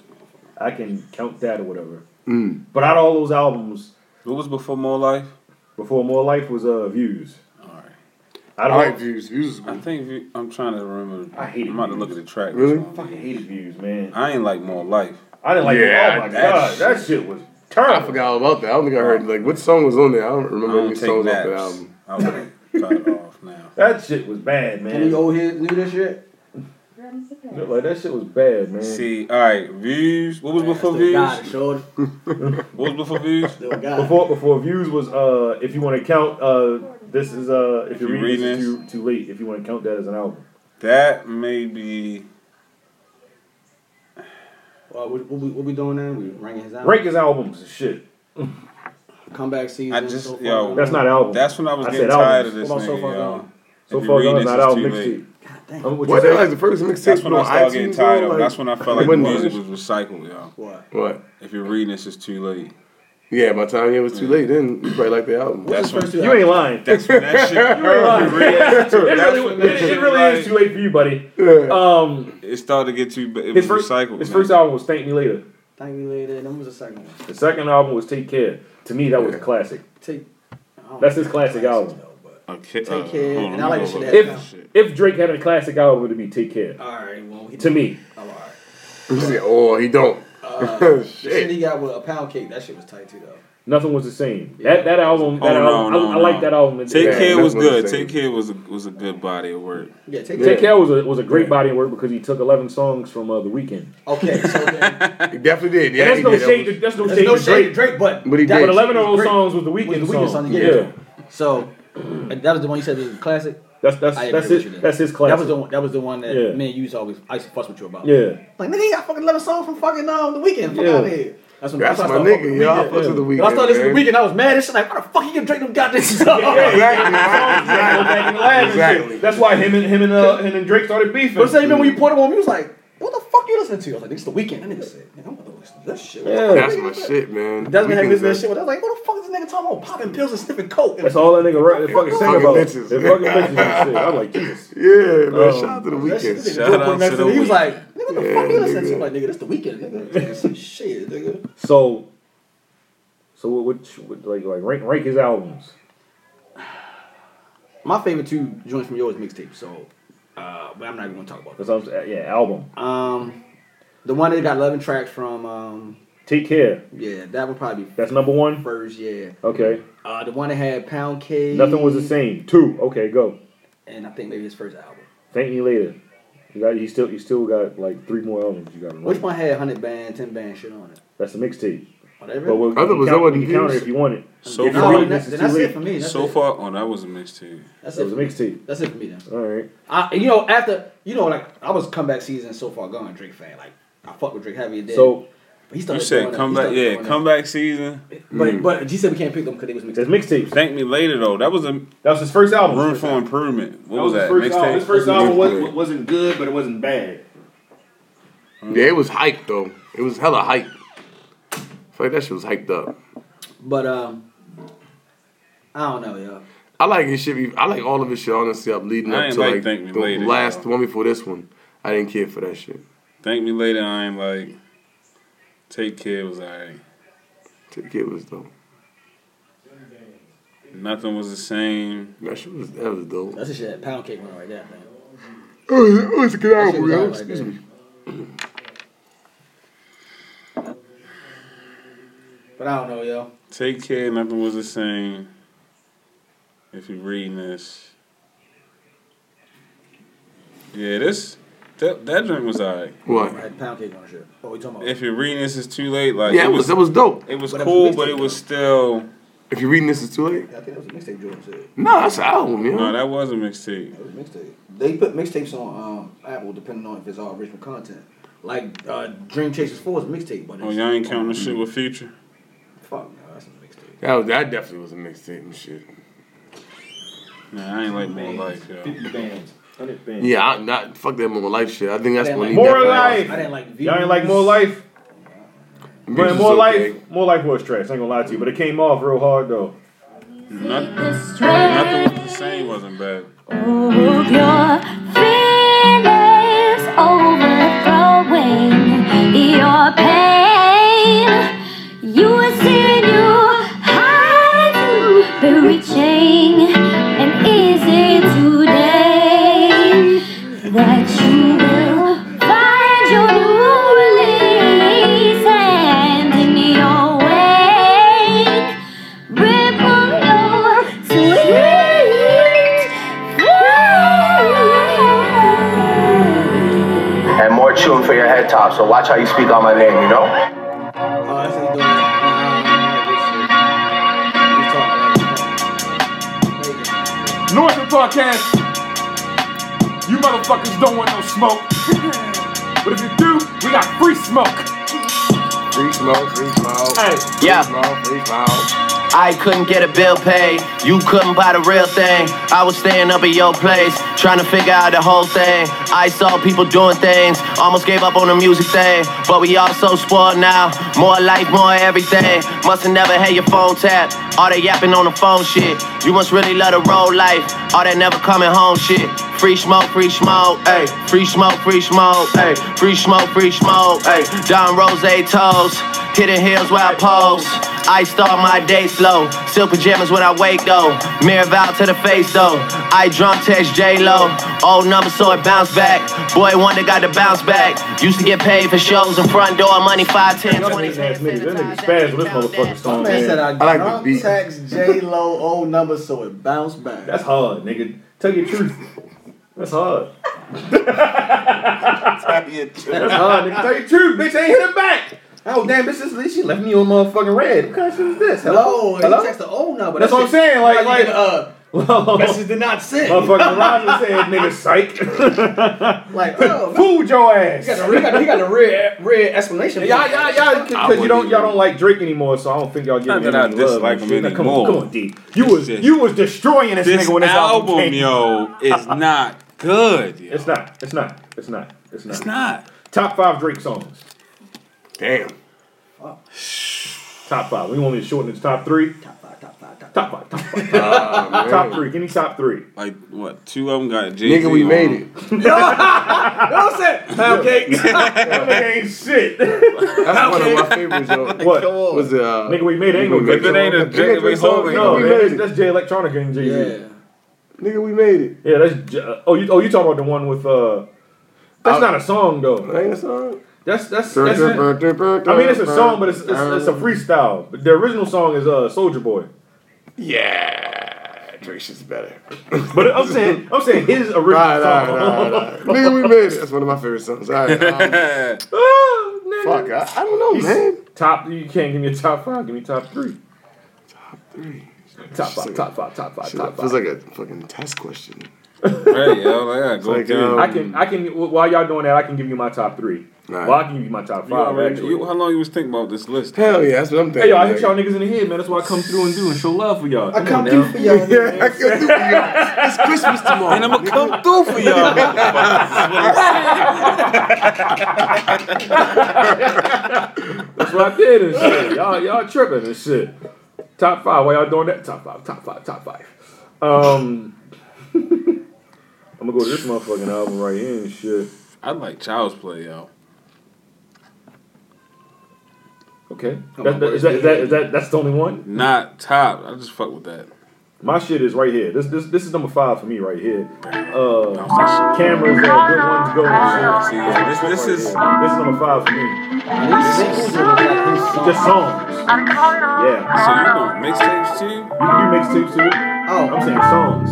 I can count that or whatever. Mm. But out of all those albums, What was before More Life? before More Life was uh views. I don't I know. like views. Views is I good. think View- I'm trying to remember. I hate I'm about to look at the track. Really? That's all. I hated views, man. I ain't like more life. I didn't like Yeah, it. Oh my that god, shit- that shit was I terrible. forgot all about that. I don't think I heard like what song was on there. I don't remember I any don't take songs off the naps. album. I would cut it off now. That shit was bad, Any man. old heads knew this shit? Like that shit was bad, man. See, all right, views. What was before Still views? got it, shorty. What was before views? Still got it. Before before views was uh if you want to count uh this is uh if you're You reading reading this is too, too late if you want to count that as an album. That may be. Uh, what, what, we, what we doing now? We ranking his album. Rank his albums and shit. Comeback season. I just- so far yo, gone. That's not an album. That's when I was I getting said tired albums. of this What about So nigga, Far y'all. Gone? so If you far read gone this, is not it's album too mixtape. late. I mean, what you What? That say? was like the first mixtape. That's when I on started getting iTunes, though, tired of. it. like- That's when I felt like the Wasn't music much. was recycled, y'all. What? What? If you're reading this, it's too late. Yeah, by the time it was too late, then you probably like the album. That's What's his first when- two You ain't lying. That's when that shit. it really, That's it, it really is too late for you, buddy. Yeah. Um, It started to get too. It his was first recycled. his man. first album was "Thank Me Later." Thank you later. Then was the second one? The second album was "Take Care." To me, that was a classic. Take. I don't That's know his classic album. though, but- Okay, uh, Take care, hold on, and I like hold the on, shit hold that- on. If if Drake had a classic album, it would be "Take Care." All right. Well, he To me, Oh, all right. You say, oh, he don't. Uh, The shit Shit. he got with a pound cake. That shit was tight too though. nothing was the same. That that album, Oh, that no, album, no, I, I like no. that album. Take Yeah, care that's was what I'm good. saying. Take care was a, was a good body of work. Yeah. Take. Take Take. Care was a was a great body of work because he took eleven songs from uh, the weekend. Okay. So then, He definitely did. Yeah, And that's he no did. That shade. was- To, that's no there's shade. no to shade to Drake. Drake, but But he that did. But was- eleven of those Drake- songs was the was weekend the weakest song. song. Yeah. Yeah, So uh, that was the one you said was a classic. that's that's I agree that's with his you there. that's his That was classic. the one. That was the one that Yeah. me and you was always I used to fuss with you about. Yeah. Like nigga, you got fucking love a song from fucking um the weekend. Fuck Yeah. out here. That's when That's when my I started fucking nigga. with Y'all Weeknd. fuck to the When weekend. I started listening to the man. weekend, I was mad. It's like, why the fuck you can drink them goddamn songs? Back in the lab and shit. Exactly. That's why him and him and uh, him and Drake started beefing. But same man, when you pointed on me, he was like, "What the fuck you listening to?" I was like, "This is the weekend." That nigga said, "Nigga, I'm about to listen to this shit." What the fuck That's nigga my is that? shit, man. Desmond had Weeknd's listened to that a- shit. I was like, "What the fuck is this nigga talking about? Popping pills and sniffing coke." That's all that nigga right, fucking Fucking saying about. bitches. They're fucking bitches and shit. I'm like, Jesus. Yeah, man. Um, Shout out to the That shit, weekend. this nigga Shout drove out up next to to the me. He was Weeknd. like, "Nigga, what the Yeah, fuck you listening to?" nigga. I'm like, "Nigga, this the weekend, nigga." This is Shit, nigga. So, so what? Which, what like, like rank, rank his albums. My favorite two joints from yours mixtape. So, uh, but I'm not even gonna talk about That's what I'm saying. Yeah, album. that. Um, the one that got 11 tracks from, um, Take care. yeah, that would probably be That's number one. first. Yeah, Okay. uh, the one that had Pound Cake. Nothing was the same. Two. Okay, go. And I think maybe his first album. Thank me later. You got. You still. You still got like three more albums. You got. Which one had 100 band, 10 band shit on it? That's the mixtape. Whatever. But we'll, I thought it we was count, that we one can count it used. if you want it. So If you No, far, want it, then that- this then is that's too it late. for me. That's so it. far, oh, that was a mixtape. that's That it was a for me. mixtape. That's it for me then. All right. I, you know, after you know, like I was comeback season so far gone, Drake fan. Like I fuck with Drake heavy. and then- So but he You started said doing that- come he back, started yeah, doing that. come back season. Hmm. But but G said we can't pick them because they was there's mixed. mixtapes. Thank me later though. That was a That was his first album. room First for album. improvement. What That was was his that? first album. His Mixtape. first album wasn't, wasn't good, but it wasn't bad. Yeah, it was hyped though. It was hella hype. Fuck that shit was hyped up. But um, I don't know, yo. I like his shit. I like all of his shit. Honestly, up leading I up ain't to like like, Thank Me the Later, last though. one before this one. I didn't care for that shit. Thank me later. I ain't like. Take care was alright. Take care was dope. Nothing was the same. That shit was that was dope. That's the shit. That pound cake one right there, man. Oh, it was a good That shit album, was yo. hot right Excuse there. me. But I don't know, yo. Take care. Nothing was the same. If you're reading this, yeah, this that that drink was alright. What? That pound cake one shit. What we talking about? If you're reading this, it's too late. Like Yeah, it was that was dope. It was But that was cool, mixtape, but it was though. still If you're reading this, it's too late. I think that was a mixtape Jordan said. No, that's an album, yo. no. That was a mixtape. That was a mixtape. They put mixtapes on um, Apple depending on if it's all original content. Like uh, Dream Chasers 4 is a mixtape, but it's Oh, y'all ain't counting the shit with Future. fuck no, that's not a mixtape. that, was, that definitely was a mixtape and shit. Nah, I ain't like more life, yo. Fifty bands. Hundred bands. Yeah, I, not fuck that more life shit. I think that's I didn't when like he More definitely- Life. I didn't like Y'all ain't like more life. Views But was more okay. life, more life was trash. I ain't gonna lie to you, but it came off real hard though. Nothing, nothing was the same. Wasn't bad. Move your feelings, overthrowing your pain. You will see new heights, but reaching and easy to mouth, so watch how you speak on my name, you know? North of Podcast, you motherfuckers don't want no smoke. but if you do, we got free smoke. Free smoke, free smoke. Yeah. Free smoke. I couldn't get a bill paid. You couldn't buy the real thing. I was staying up at your place, trying to figure out the whole thing. I saw people doing things, almost gave up on the music thing. But we all so spoiled now. More life, more everything. Must have never had your phone tapped. All that yapping on the phone shit. You must really love the road life. All that never coming home shit. Free smoke, free smoke, ayy. Free smoke, free smoke, ayy. Free smoke, free smoke, ayy. Don Rose toes, hitting hills where I pose. I start my day slow. Silk pajamas when I wake though. Mirror vow to the face though. I drum text J Lo. Old number so it bounce back. Boy wonder got to bounce back. Used to get paid for shows and front door money five ten twenty. song, man. Drunk Text J Lo old number so it bounce back. That's hard, Oh, nigga. Tell your truth. That's hard. That's hard, nigga. Tell your truth, bitch. I ain't hit it back. Oh damn, bitch, this, she left me on motherfucking red. What kind of shit is this? No, Hello? he Hello? text the old number. That's That what I'm shit- saying. Like, you like, get, uh, message did not send. Motherfucking Roger said, nigga, psych. like, bro, fooled your ass. He got the, he got the, he got the red, red explanation. Y'all, y'all, y'all, because you don't, y'all don't like Drake anymore, so I don't think y'all give Not him that I any love dislike and him shit. Now, Come on, anymore. come on, D. You was, you was destroying this, This nigga when this album, album, came. yo, is not good. yo. It's not. It's not. It's not. It's not. It's not. Top five Drake songs. Damn. Top five. We want me to shorten it to top three. Top five. Top five. Top five. Top five. man. top three. Give me top three. Like what? Two of them got Jay Nigga, we made it. That's it. Pound cake. ain't shit. That's one of my favorites, yo. What? Was it? Uh, Nigga, we made it. Ain't Nigga, we gonna made it. If it ain't a Jay- Drake wait, hold song. on, No, wait, we hold made on. it. that's Jay Electronica and Jay Z. Nigga, we made it. Yeah, that's. J- uh, Oh, you. Oh, you talking about the one with? uh That's I- not a song though. Ain't a song. That's that's. that's it. I mean, it's a song, but it's it's, it's a freestyle. But the original song is uh Soldier Boy. Yeah, Drake shit's better. But I'm saying I'm saying his original Right, right, song. right, right. Nigga, we made it. That's one of my favorite songs. All right. Um, Ah, nigga. fuck, I, I don't know, He's- man. Top. You can't give me a top five. Give me top three. Three. Top five. Top five. Top five. Shit, Top feels five. like a fucking test question. Right, yo, like, I gotta It's go like, through. um, I can I can while y'all doing that I can give you my top three. Alright. Well, I can give you my top You five already- actually. you- how long you was thinking about this list? Hell yeah, that's what I'm Hey thinking. y'all, I hit like- y'all niggas in the head, man. That's why I come through and do and show love for y'all. I Come come on through now. for y'all. man. Yeah, I can do it. It's Christmas tomorrow. And I'm gonna come through for y'all. That's what I did and shit. Y'all y'all tripping and shit. Top five. Why y'all doing that? Top five. Top five. Top five. Um, I'm gonna go to this motherfucking album right here and shit. I like Child's Play, yo. Okay, Oh, that, that, is, that, is that is that that's the only one? Not top. I just fuck with that. My shit is right here. This this this is number five for me right here. Uh, cameras are good ones to go and See, shit. yeah, this this This is is number five for me. Just songs. Yeah, so you doing mixtapes too? you can do mixtapes too. Oh, I'm saying songs.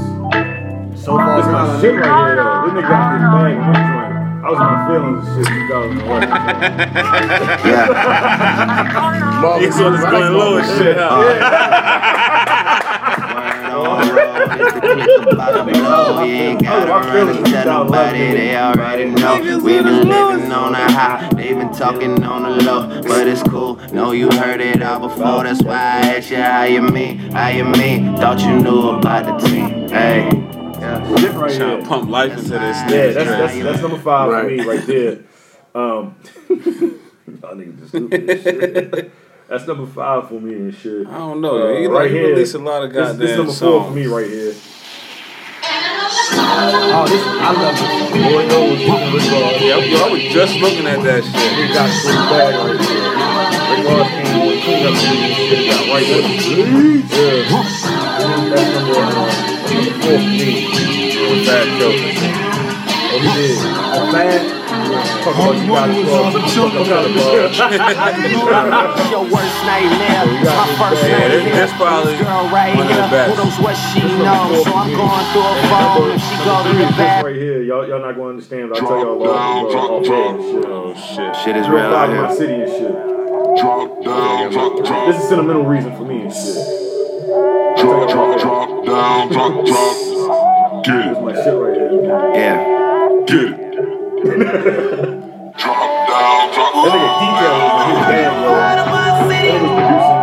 so far, This my gone. shit right here. Though. This nigga got this bag. on this joint. I was in my feelings and shit. 2001. Mom, This one is going low as shit. huh? We ain't gotta run and tell nobody, they already know. We been living on a high, they been talking on the low, but it's cool. Know you heard it all before, that's why I asked you how you mean, how you mean. Thought you knew about the team, hey. Shit right Trying here. to pump life into this Yeah, nigga. that's that's that's number five for Right. me right there. Um, y'all niggas just stupid as shit. That's number five for me and shit. I don't know. yo. Uh, He, like, he released a lot of This, goddamn this number four for songs. me right here. Oh, this, I love it. Boy, no, was fucking with Ross. Yeah, yo, I was just looking at that shit. We got this bag right here. Rick Ross came with two of them and shit got right with him. Yeah. That's number uh, number four for me. With Fat Joe. Oh, he did. Bad. Talk about you got it, bro. Talk about it, bro. Your worst nightmare. My first Yeah, nightmare. that- that's probably This girl right one of the here. best. Who knows what she knows? So I'm going through a phone. If she go to the bathroom. right here, y'all, y'all not gonna understand. But I tell y'all about it, bro. Oh, shit. Shit is Real real thought out in my here. city and shit. This is sentimental reason for me and shit. Down, drop, drop. Get it. My shit right here. Yeah. Get it.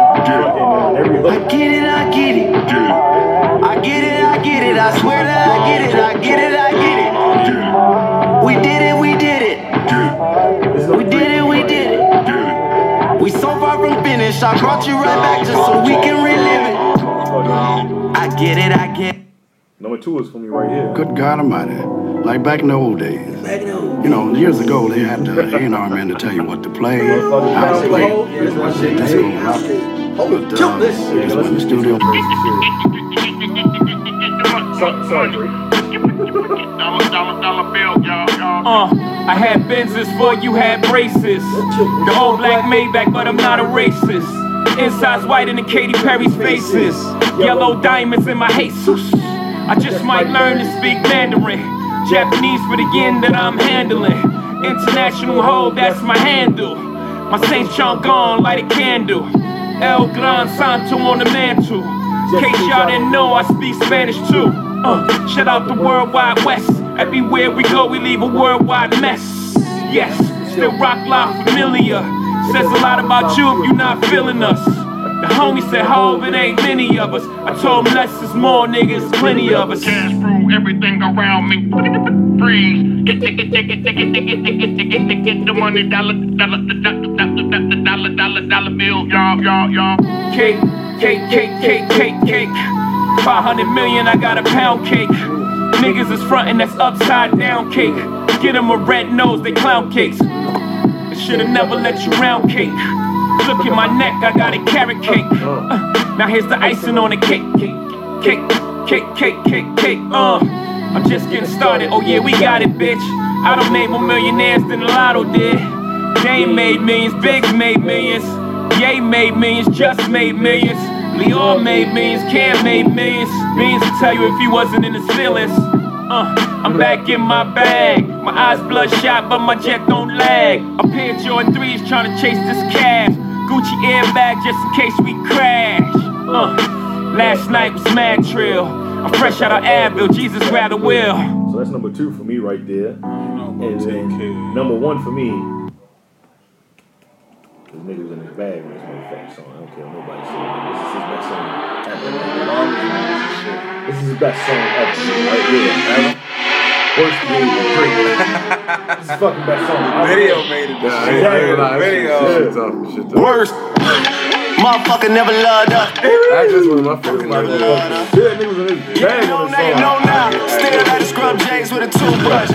I get it, I get it. I get it, I get it. I swear that I get it, I get it, I get it. We did it, we did it. We did it, we did it. We so far from finish. I brought you right back just so we can relive it. I get it, I get it. Number two is for me right here. Good God Almighty! Like back in the old days. You know, years ago they had the A and R man to tell you what to play, how to play. That's what shit. That's what rock. But, uh, we just went in the studio. Uh, I had Benzes for you had braces. The whole black Maybach, but I'm not a racist. Inside's white in the Katy Perry's faces. Yellow diamonds in my Jesus. I just might learn to speak Mandarin. Japanese for the yen that I'm handling. International hoe, that's my handle. My Saint John gone, light a candle. El Gran Santo on the mantle. In case y'all didn't know, I speak Spanish too. Uh, shout out the worldwide west. Everywhere we go, we leave a worldwide mess. Yes, still rock live familiar. Says a lot about you if you're not feeling us. The homie said, Hove, it ain't many of us. I told him less is more, niggas, plenty of us. Cash brew everything around me. Freeze. Get, get, get, get, get, get, get, get, get, get, get, get, get, get the money, dollar, dollar, dollar, dollar, dollar, dollar, dollar bill, y'all, y'all, y'all. Cake, cake, cake, cake, cake, cake. 500 million, I got a pound cake. Niggas is frontin', that's upside down cake. Get 'em a red nose, they clown cakes. I should've never let you round cake. Look at my neck, I got a carrot cake. Uh, now here's the icing on the cake, cake, cake, cake, cake, cake, cake. Uh, I'm just getting started. Oh yeah, we got it, bitch. I don't name more millionaires than the lotto did. They made millions, Biggs made millions. Ye made millions, just made millions. Leon made millions, Cam made millions. Millions to tell you if he wasn't in his feelings. Uh, I'm back in my bag. My eyes bloodshot, but my jet don't lag. A pair of Jordan 3s trying to chase this cash. Gucci airbag just in case we crash. Uh, last night was mad trill. I'm fresh out of Advil, Jesus rather will. So that's number two for me right there. And then number one for me. This nigga was in his bag when this motherfucking song. I don't care what nobody said. This is his best song ever. This is his best song ever. Right here. Ever. Worst video Drake. This is fucking best song. Video made it, though. Exactly. Video. Worst. Motherfucker never loved us. That's just one of my favorite lines. Yeah, no name, no now. Still like the scrub James with a toothbrush.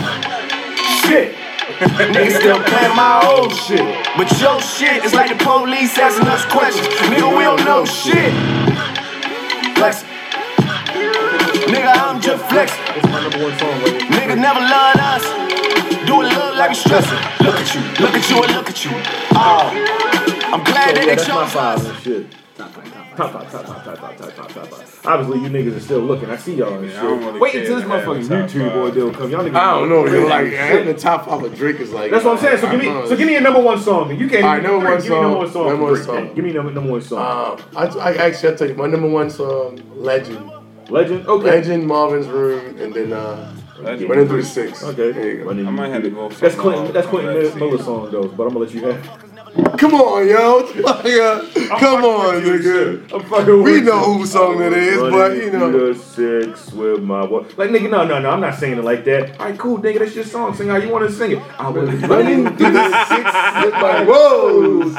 Shit. Niggas still playing my old shit. But your shit is like the police asking us questions. Nigga, we don't know shit. Flex. Nigga, I'm just flex. Nigga never loved us. Do it love like I'm stressing. Look at you, look at you, and look at you. Oh, I'm glad that yeah, they that's my chose five and shit. Top five, top five, top five, top five, top five, top five. Obviously, you niggas are still looking. I see y'all and I don't really shit. Wait care until this to have a motherfucking top YouTube boy deal come. Y'all I niggas. don't know. crazy You're like as yeah, shit. in the top five of Drake is like. That's what I'm saying. So give me, so give me a number one song. You can't. All right, number one give me number one song. song. Number from one Drake, song. man. Give me number, number one song. Um, I, I actually I tell you my number one song, Legend. Legend. Okay. Legend, Marvin's Room, and then uh, Legend. Running Through the Six. Okay. There you go. I might have to go. That's Clinton. That's Clinton Miller's song though. But I'm gonna let you have. it. Come on, yo. Nigga, Come on, nigga. I'm fucking We know whose song that is, but you know. Running through the six with my boy. Like nigga, no, no, no. I'm not singing it like that. All right, cool, nigga. That's your song. Sing how you want to sing it. I was running through the six with my woes.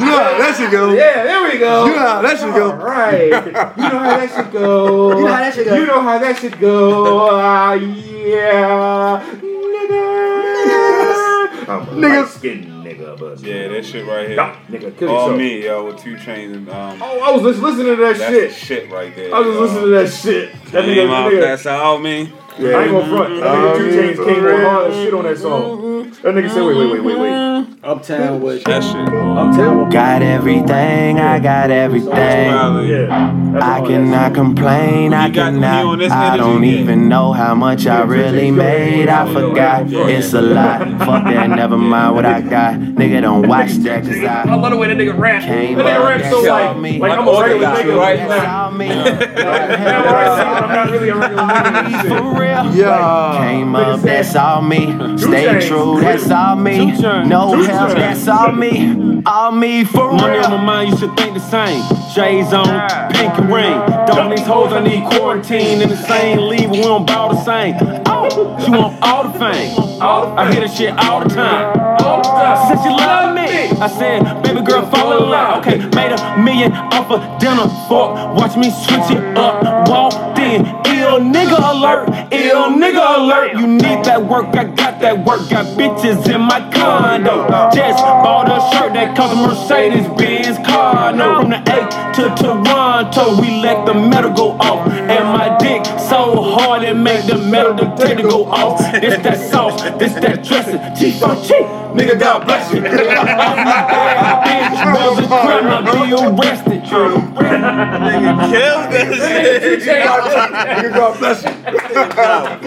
You know how that should go. Yeah, there we go. You know how that should go. All right. You know how that should go. You know how that should go. You know how that should go. Ah, yeah. I'm a skin nigga, but yeah, that shit right here. nigga, kill All yourself. me, yo, with two chains and um. Oh, I was just listening to that that's shit. the shit right there. I was just listening to that shit. That nigga, Came out, Mm-hmm. nigga. That's all me. I ain't gonna front. That nigga Two Chainz came real hard as shit on that song. That nigga said, wait, wait, wait, wait, wait. Uptown was that shit. Uptown was Got everything, I got everything. I cannot complain, I cannot. I don't even know how much I really made. I forgot, it's a lot. Fuck that, never mind what I got. Nigga, don't watch that, cause I. I love the way that nigga rap. That Came nigga up rap so next like, to me. like I'm a regular Orthodox nigga right right now. Yeah. Came up, that's all me. Stay true, that's all me. No help, that's all me. All me for Money on my mind, you should think the same. J's on, pink and ring. Don't these hoes, I need quarantine in the same league, we don't bow the same. Oh, she want all the fame. I hear this shit all the time. Since she love me, I said, baby girl, fall in line. Okay, made a million off a dinner fork. Watch me switch it up, walked in. Ill nigga alert, ill nigga alert. You need that work, I got that work. Got bitches in my condo. Just bought a shirt that comes Mercedes Benz car. No, from the A to Toronto, we let the metal go off. And my dick so hard it made the metal detector go off. This that sauce, this that dressing, cheap on cheap. Nigga, God bless you. was a criminal, be arrested. Nigga killed this shit. Nigga, God bless you.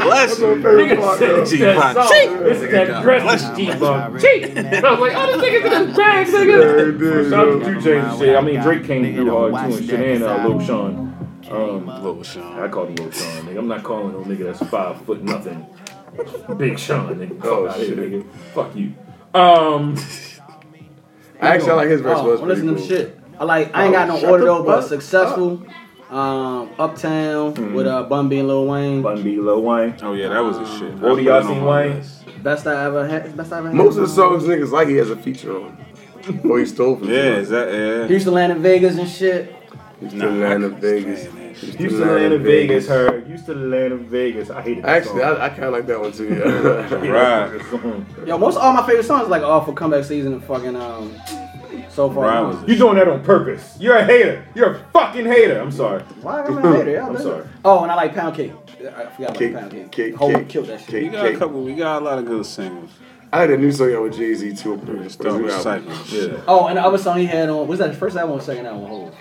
Bless you. Nigga said That G-Pop. song, This is that dress is cheap, bro. Cheap. I was like, oh, this nigga's in his bag, nigga. Shout out to Two Chainz and shit. I mean, Drake came through hard too and shit, and uh, Lil Sean. Um, Lil Sean. I called him Lil Sean, nigga. I'm not calling no nigga that's five foot nothing. Big Sean, nigga. Oh, Oh, shit, shit. nigga. Fuck you. Um, Actually, I like his verse Oh, was I'm listening pretty to shit. I like. I ain't Oh, got no shut order the though, but fuck successful. Um, Uptown with uh, Bun B and Lil Wayne. Hmm. Bun B, Lil Wayne. Oh yeah, that was his shit. What do y'all seen, Wayne? Best I ever had. Best I ever had. Most of the songs niggas like he has a feature on. Or he stole from Yeah, is that yeah? He used to land in Vegas and shit. He's still land in Vegas. He's Used to land in Vegas, her. Used to land in Vegas. I hated that Actually, song. I, I kind of like that one too. Yeah. Right. Yo, most all my favorite songs like all for comeback season and fucking um. So far, Right. You doing that on purpose. You're a hater. You're a fucking hater. I'm sorry. Why am I a hater? Yeah, I'm listen. sorry. Oh, and I like Pound Cake. I forgot about Cake, Pound Cake. cake, Hold cake, killed that shit. cake, We got a cake. couple. We got a lot of good singles. I had a new song out with Jay Z too. for his Start new with album. Cypress. Yeah. Oh, and the other song he had on was that his first album or second album? Hold.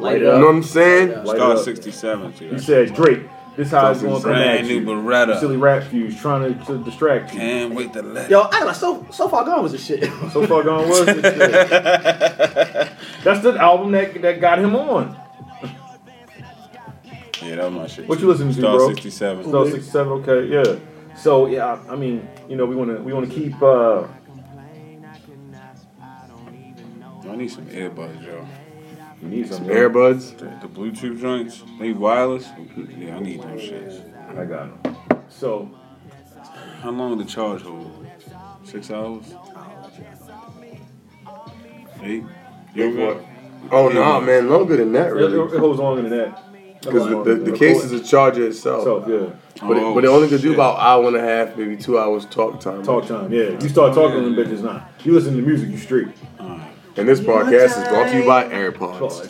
Light You know what I'm saying? Light Star up. 67. too. You said Drake. This how it's going to come Brand at new you. Beretta. You Silly rap fuse trying to, to distract you. Can't wait to let Yo, I like so so far gone was the shit. So far gone was this shit. That's the album that that got him on. Yeah, that was my shit. What you listening to, Star bro? 67. Star 67. Okay, yeah. So yeah, I I mean, you know, we want to we want to keep. uh I need some earbuds, yo. You need some earbuds? The, the Bluetooth joints. They wireless. Mm-hmm. Yeah, I need those shits. I got them. So, how long the charge hold? Six hours. Eight. Eight what? Oh no, man, longer than that It, really. it holds longer than that. Because the, the, the case is a charger itself. Itself, yeah. But, Oh, it, but it only could do shit. about hour and a half, maybe two hours talk time. Talk time, yeah. You start talking to them bitches now. You listen to music, you straight. And this podcast is brought to you by AirPods.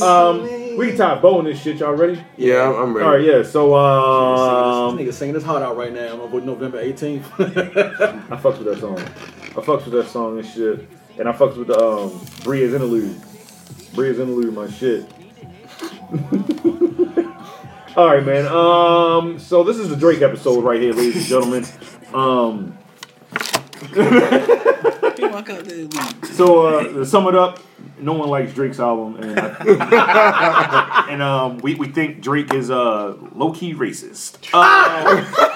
Um, we can tie a bow on this shit. Y'all ready? Yeah, I'm- I'm ready. All right, yeah. So, um, this nigga singing his heart out right now on November 18th. I fucks with that song. I fucks with that song and shit. And I fucks with the um, Bria's interlude. Bria's interlude, my shit. All right, man. Um, so this is the Drake episode right here, ladies and gentlemen. Um, so uh, to sum it up, no one likes Drake's album, and, I- and um, we we think Drake is uh, low key racist.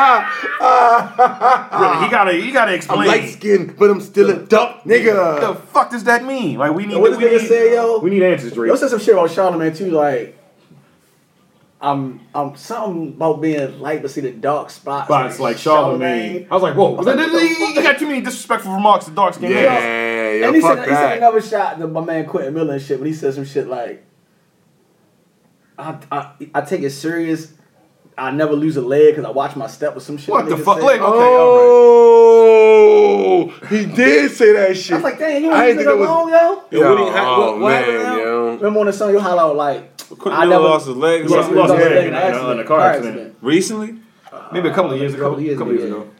Uh, Really, he gotta he gotta explain. I'm light skinned, but I'm still a duck, nigga. the fuck does that mean? Like we need what this we nigga need- say, yo? We need answers, Drake. Yo said some shit about Charlamagne too, like I'm I'm something about being light but see the dark spots. spots like Charlemagne. I was like, whoa, I was like, what the he, he got too many disrespectful remarks to dark skin. Yeah, yeah, and he said, he said another shot to my man Quentin Miller and shit, but he said some shit like I I, I take it serious. I never lose a leg because I watch my step or some shit. What the nigga fuck? said. Like, okay, oh, he did say that shit. I was like, dang, you I ain't didn't think think it was- alone, yo. Yo, what he- how- what- what happened now? Remember on the song you holler out like, Quentin Miller lost his leg or Yeah, something? he Lost his his leg leg in in a- an in a accident, car car accident. Recently? Maybe a couple of years ago. Couple of years couple of years ago, ago.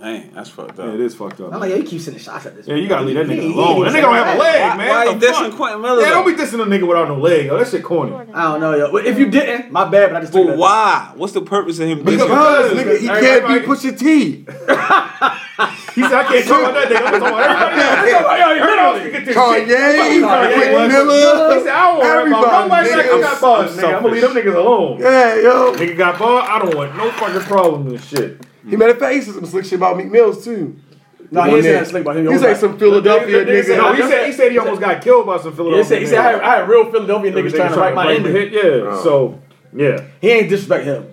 Dang, that's fucked up. Yeah, it is fucked up. I'm like, yeah, he keeps sending shots at this. Yeah, you gotta leave that He- nigga he- alone. That he- nigga don't have a leg, Why- man. why What the you dissing fuck? Quentin Miller, Yeah, though? don't be dissing a nigga without no leg. Yo, that shit corny. I don't know, yo. But If you didn't, my bad. But I just But why? What's the purpose of him? Because, nigga, he can't be Pusha T. He said, I can't talk about that nigga. I'm talking about everybody else. He's talking about, yo, you know I was thinking this Kanye, shit. Fuck you, Rick Kanye. Miller, He said, I don't worry about everybody, nobody nigga. that I'm- got bars, nigga. I'm gonna leave them niggas alone. Yeah, yo. Nigga got bars, I don't want no fucking problems and shit. He matter of fact, he said some slick shit about Meek Mills too. No, he One ain't say day. that slick about him. He He say was some like- Philadelphia He said- no, nigga. he said he said he almost got killed by some Philadelphia. He said, he said I, had, I had real Philadelphia niggas trying to write my end. hit. Yeah, so yeah. He ain't disrespect him.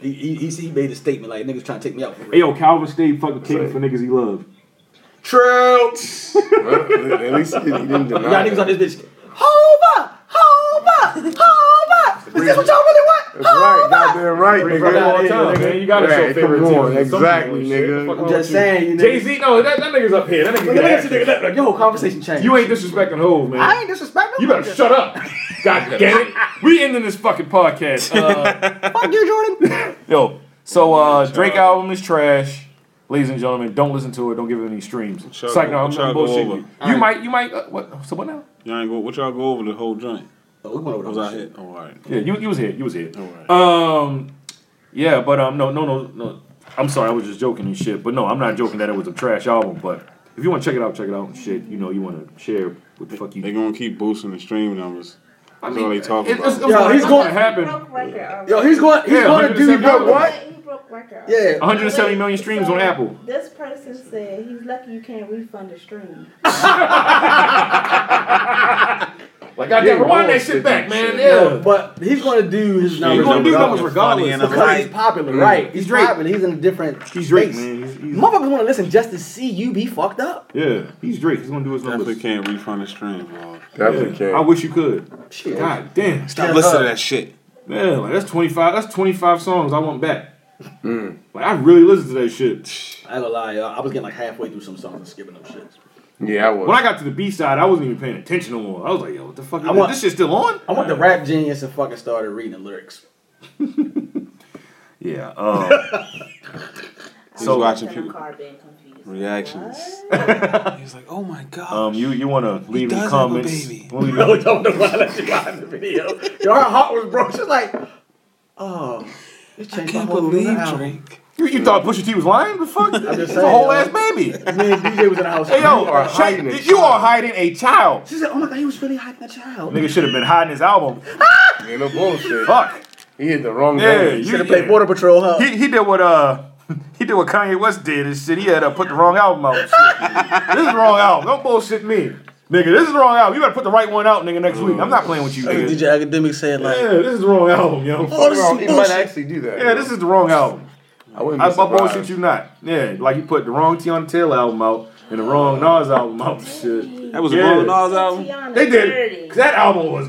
He, he, he, he made a statement like niggas trying to take me out. For Hey, yo, Calvin State fucking king for niggas he loved. True. At least he didn't Y'all deny. niggas on this bitch. Hold up! Hold up! Hold up! Is this what y'all really want? That's right, Oh, goddamn right, Bring it nigga. back all the time, man. You gotta show Right, favoritism Come on, to some exactly, people and shit. nigga. Fuck wrong with you. Jay-Z, no, that, that nigga's up here. That nigga Look at this nigga, look, look, your whole conversation changed. You ain't disrespecting Hov, man. I ain't disrespecting. You better shut up. God damn it. We ending this fucking podcast. Uh, Fuck you, Jordan. yo, so uh, Drake album is trash. Ladies and gentlemen, don't listen to it. Don't give it any streams. It's like, no, I'm, What y'all I'm go bullshitting over? you. You might, you might, uh, what, so what now? Y'all ain't go. What y'all go over the whole joint? Oh, we went over the Was whole I shit. hit? Oh, all right. Yeah, you, you was here. You was here. Um, yeah, but um, no, no, no, no. I'm sorry, I was just joking and shit. But no, I'm not joking that it was a trash album. But if you want to check it out, check it out and shit. You know, you want to share what the fuck you. They gonna keep boosting the stream numbers. That's I all mean, they talking it- it's- about. it's Yo, like- he's going- happen. Broke record already. Yo, he's going. He's Yeah, going to do. He 170 broke what? He broke record. already. Yeah. 170 million streams on Apple. This person said he's lucky you can't refund the stream. Like, goddamn, Yeah, rewind that bullshit shit back, and man. shit. Yeah. But he's going to do his numbers. gonna do regardless. numbers regardless. Because Right. he's popular, Mm. right? He's He's, Drake. popular. He's in a different. He's Drake, space. man. He's, he's, Motherfuckers want to listen just to see you be fucked up. yeah, he's Drake. He's gonna do his numbers. Definitely can't refund the stream, bro. Definitely Yeah. can't. I wish you could. God damn. Stop listening to that shit. Yeah, like that's 25. That's 25 songs I want back. Mm. Like I really listened to that shit. I ain't gonna lie, y'all. I was getting like halfway through some songs and skipping them shits. Yeah, I was. When I got to the B side, I wasn't even paying attention no more. I was like, yo, what the fuck? Is I want- this shit still on? I want the rap genius to fucking started reading the lyrics. Yeah. Um, So so watching people reactions. He's like, oh my god. um, you you want to leave does any have a comments? baby. We'll leave- No, don't know why that shit live in the video. Yo, her heart was broke. She's like, oh, it changed my whole life. You, you thought Pusha T was lying? The fuck? It's a saying, whole yo. ass baby. Me and DJ was in the house. Hey yo, You are hiding Shay, a you are hiding a child. She said, oh my god, he was really hiding a child. Nigga should have been hiding his album. Yeah, no bullshit. Fuck. He hit the wrong Yeah, button. you- Ah! Should've played Border Patrol, huh? He, he did what uh he did what Kanye West did and shit. He had uh, put the wrong album out. and shit. this is the wrong album. Don't bullshit me, nigga. This is the wrong album. You better put the right one out, nigga. Next week. I'm not playing with you, nigga. DJ Academic said like, Yeah, this is the wrong album, yo. Fuck wrong. He might actually do that. Yeah, this is the wrong album. I wouldn't be I, I bullshit surprised. you not. Yeah, like you put the wrong T on the Tail album out and the wrong Nas album out. and Shit. That was Yeah. Rolling Nas album. They did. 'cause that album was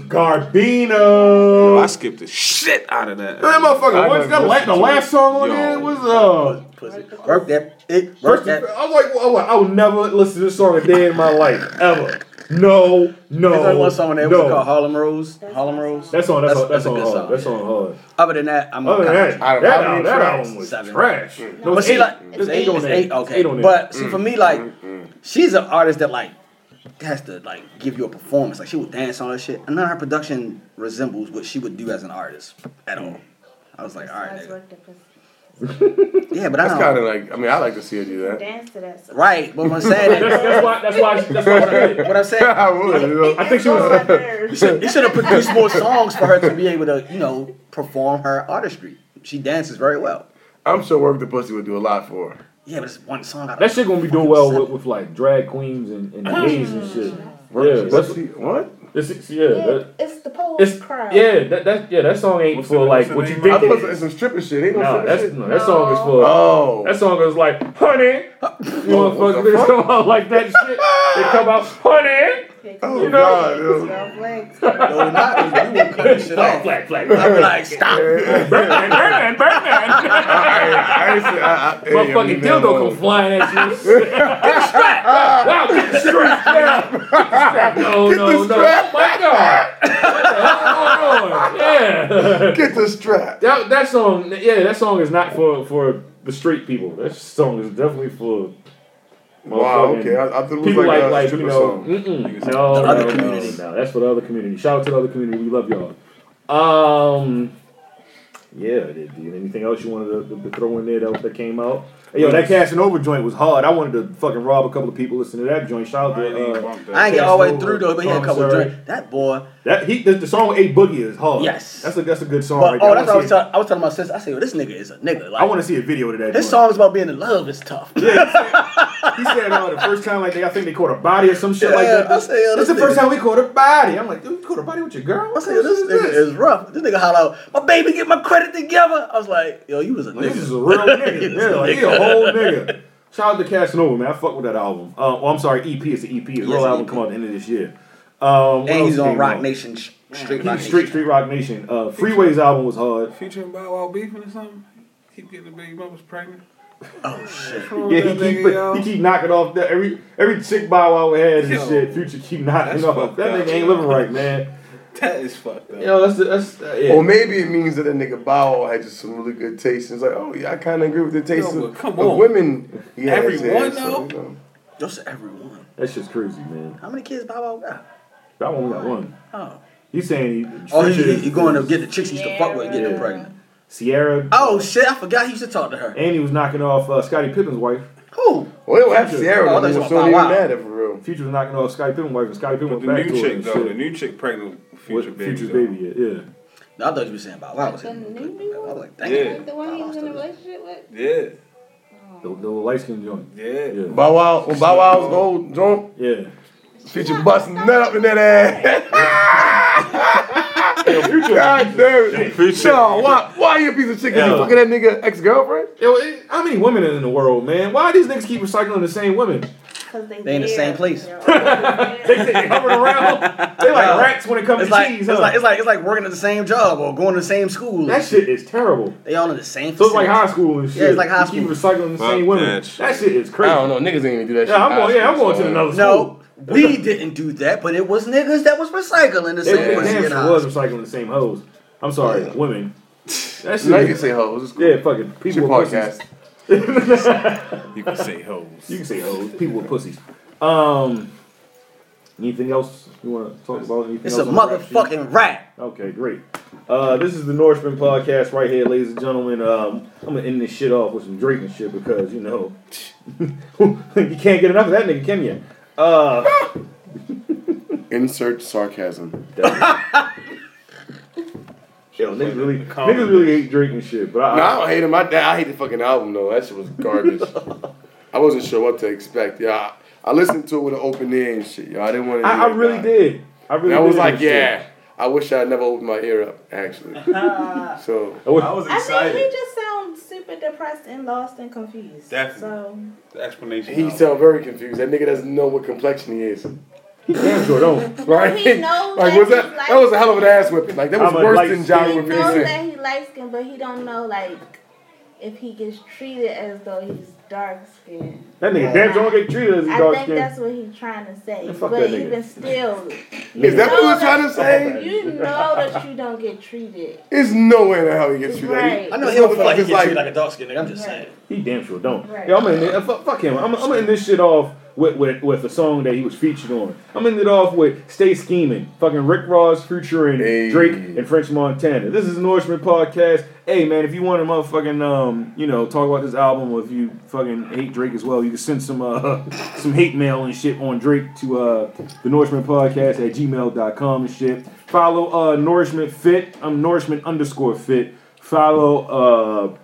Garbino. I skipped the shit out of that. That motherfucker. I What's done that? La- the listened to last it. song on Yo. there was uh. work that, it, work First, that. and- I was like, well, I would never listen to this song a day in my life ever. No, no, There's only one song on there. What's it called? no. Harlem Rose. Harlem Rose. That's on. That's, on. That's, a on. good hard. song. That's on hard. Other than that, I'm Other gonna than that, count that, it. album, that album was Seven. trash. No, But it's see, eight. like, It's eight on there. eight, It's okay. eight on there. But Mm. see, for me, like, she's an artist that like has to like give you a performance. Like, she will dance on that shit, and none of her production resembles what she would do as an artist at all. I was like, all right, nigga. yeah, but I That's don't. kind of like. I mean, I like to see her do that. Dance to that. Right, but what I'm saying that's, is, that's why. That's why. That's why. I did it. what I'm saying, I would. You know? I think she was. you should, you should have produced more songs for her to be able to, you know, perform her artistry. She dances very well. I'm sure work the pussy would do a lot for her. Yeah, but it's one song. Out That shit gonna be doing well with, with like drag queens and and gays and shit. Oh, Yeah, that's, Pussy- what? that's, it's- yeah, that, It's the Polish it's crowd. yeah, that, that yeah, that song ain't for like what you I think thought it it is. was some stripper shit. Ain't no, No, stripper that's shit. no, that song is for. Oh. That song is like, honey, motherfuckers the niggas fuck? come out like that shit. They come out, honey. oh you know- God. yo. No, not you would cut the shit Flag, off. flag, flag. I'd be like, stop. Birdman, Birdman, Birdman. I ain't say- I- I- hey, yo, Motherfucking leave that dildo come alone. flying at you. Get the strap. Wow, get the strap. Yeah. Get the strap. No, no, no. Oh my God. What the hell going on? Yeah. Get the strap. That, that song, yeah, that song is not for for the street people. That song is definitely for. Wow, okay. I- I thought it was people like like a like you stripper know, song. mm-mm, no, The no, other no, community. no, that's for the other community. Shout out to the other community. We love y'all. Um, yeah. Did, did anything else you wanted to, to throw in there that, that came out? Hey, yo, that Casanova joint was hard. I wanted to fucking rob a couple of people listening to that joint. Shout out to uh, I ain't get all the way Casanova. through though, but he had a couple of Commissary. drinks. That boy. That he the, the song with A Boogie is hard. Yes. that's a that's a good song. But, right oh, there. that's what I wanna was, see a- tell- I was telling my sister. I said, well, this nigga is a nigga. Like, I want to see a video to that. His joint. songs about being in love is tough. He said uh, the first time like they, I think they caught a body or some shit like Yeah, that. I said, yo, That's this the first nigga- time we caught a body. I'm like, dude, you caught a body with your girl? I said, yo, this nigga is rough. This nigga holler out, my baby get my credit together. I was like, yo, you was a nigga. This is a real nigga. He was yeah, like, he a whole nigga. Shout out to Casanova, man. I fuck with that album. Uh, oh, I'm sorry, EP. It's an EP. His Yes, real album EP. come out at the end of this year. Um, what And he's else on came Rock out? Nation, sh- Street He's Rock Street Street Rock Nation. Uh, Freeway's album was hard. Future and Bow Wow beefing or something? Keep getting the baby mama's pregnant. Oh shit. Yeah, he keep he keep knocking off that every every chick Bow Wow had and shit. Future keep knocking That's off. fucked That up. nigga ain't living right, man. That is fucked up. Yo, that's the, that's uh, yeah. Or maybe it means that that nigga Bow Wow had just some really good taste. It's like, oh yeah, I kind of agree with the taste Yo, of, but come of on. women. he had Everyone, there, so, you know. Just everyone. That's just crazy, man. How many kids Bow Wow got? That one got one. Oh. You saying he, Oh, he- Future- he going to get the chicks he used to fuck with and get them pregnant. Sierra. Oh shit, I forgot he used to talk to her. And he was knocking off uh, Scottie Pippen's wife. Who? Well, after Sierra, Oh, was that's so my even Bow Wow. mad at for real. Future was knocking off Scottie Pippen's wife, and Scottie Pippen went The back to new her chick and though, the shit. new chick pregnant with Future baby. Future's though. baby, yeah. yeah. No, I thought you were saying Bow Wow was The him. new new I was one? like, Like damn. the one he was in a relationship with? Yeah. The, the light skin joint. Yeah. yeah. Bow Wow, when Bow Wow's gold drunk. Yeah. Future busting nut up in that ass. God damn it. Sean, why, why you a piece of shit? 'Cause Yeah. You fucking that nigga ex girlfriend? Yo, it, how many women are in the world, man? Why these niggas keep recycling the same women? They in the same place. they they hovering around. They like rats when it comes it's to like, It's cheese. huh? like it's like it's like working at the same job or going to the same school. That shit is terrible. They all in the same. So it's like facility. high school and shit. Yeah, it's like high You school. keep recycling the same women. That shit. is crazy. I don't know. Niggas ain't even do that Yeah, shit. I'm in going- high yeah, I'm school, going to so- No, another we didn't do that, but it was niggas that was recycling the They same. they place damn in sure high was recycling the same hoes. I'm sorry, women. That Now you can say hoes. It's cool. Yeah, fucking people It's your with podcast. pussies. you can say hoes. You can say hoes. People with pussies. Um, anything else you want to talk about? Anything It's else a on the rap sheet? motherfucking rap. Okay, great. Uh, this is the Norseman podcast right here, ladies and gentlemen. Um, I'm gonna end this shit off with some Drake and shit because you know you can't get enough of that nigga, can you? Uh, Insert sarcasm. yo, niggas really, Oh, niggas really hate Drake and shit, but I, No, I don't hate him. I, I hate the fucking album though. That shit was garbage. I wasn't sure what to expect. Yeah, I, I listened to it with an open ear and shit. Yo, I didn't want to. I, I really did. I really. And I was did like, this shit. yeah. I wish I never opened my ear up. Actually, so I I think he just sounds super depressed and lost and confused. Definitely. So The explanation. He sound very confused. That nigga doesn't know what complexion he is. He damn sure don't. Right? He knows like, that was that, he's like- that was a hell of an ass whipping. Like, that was I'm a worse light than he John knows whipping. his ass. that he light skinned, but he don't know like if he gets treated as though he's dark skinned. That nigga damn sure don't get treated as a I dark think skin. that's what he's trying to say. Yeah, fuck but that nigga. even still, Is that what we're trying to say? you know that you don't get treated. There's no way in hell he gets treated. Right. I know This he don't feel motherfucker's like he gets like, treated like a dark skinned nigga. I'm just saying. He damn sure don't. Right. Yeah, I'm in it. Fuck, fuck him. I'm, I'm in this shit off with, with with a song that he was featured on. I'm in it off with "Stay Scheming," fucking Rick Ross featuring Drake and French Montana. This is Norseman podcast. Hey man, if you want to motherfucking um, you know, talk about this album, or if you fucking hate Drake as well, you can send some uh some hate mail and shit on Drake to uh the Norseman podcast at gmail.com and shit. Follow uh Nourishment Fit. I'm Nourishment underscore Fit. Follow uh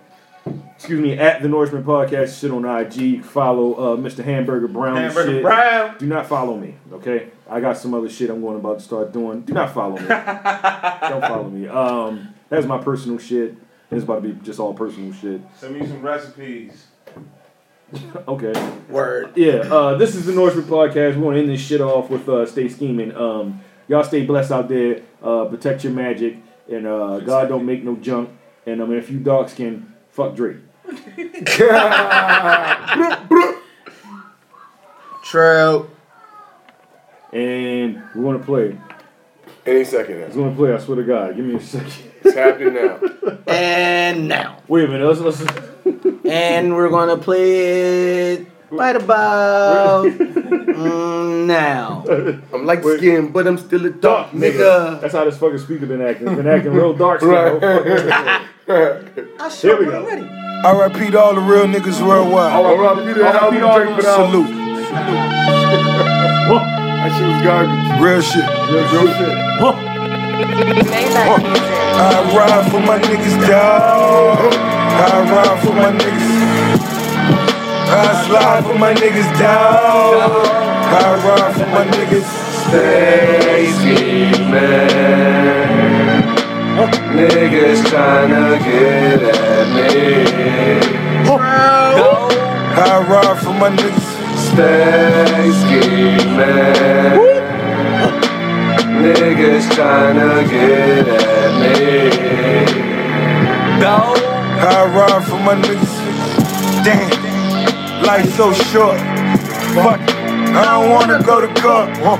excuse me, at the Norseman Podcast shit on IG. Follow uh, Mr. Hamburger Brown. and Hamburger shit. Brown. Do not follow me, okay? I got some other shit I'm going about to start doing. Do not follow me. Don't follow me. Um, that's my personal shit. It's about to be just all personal shit. Send me some recipes. Okay. Word. Yeah. Uh, this is the Norseman podcast. We want to end this shit off with uh, stay scheming. Um, y'all stay blessed out there. Uh, protect your magic, and uh, God don't make no junk. And I mean, if you dark skin, fuck Drake. True. And we're gonna play Any second now. It's gonna play. I swear to God. Give me a second. It's happening now. And now. Wait a minute. Let's let's. And we're gonna play it right about mm, now. I'm light skinned, but I'm still a dark Nigga. That's how this fucking speaker been acting. It's been acting real dark. Right. I Here we go. RIP to all the real niggas worldwide. RIP to the album Drake put out. Salute. That shit was garbage. Real shit. Real shit. I ride for my niggas, dawg. I ride for my niggas. I slide for my niggas, dawg. I ride for my niggas. Stacy, man. Niggas tryna get at me. I ride for my niggas. Stacy, man. Niggas tryna get at me. I ride for my niggas. Damn, life so short. Fuck, it. I don't wanna go to court. Huh.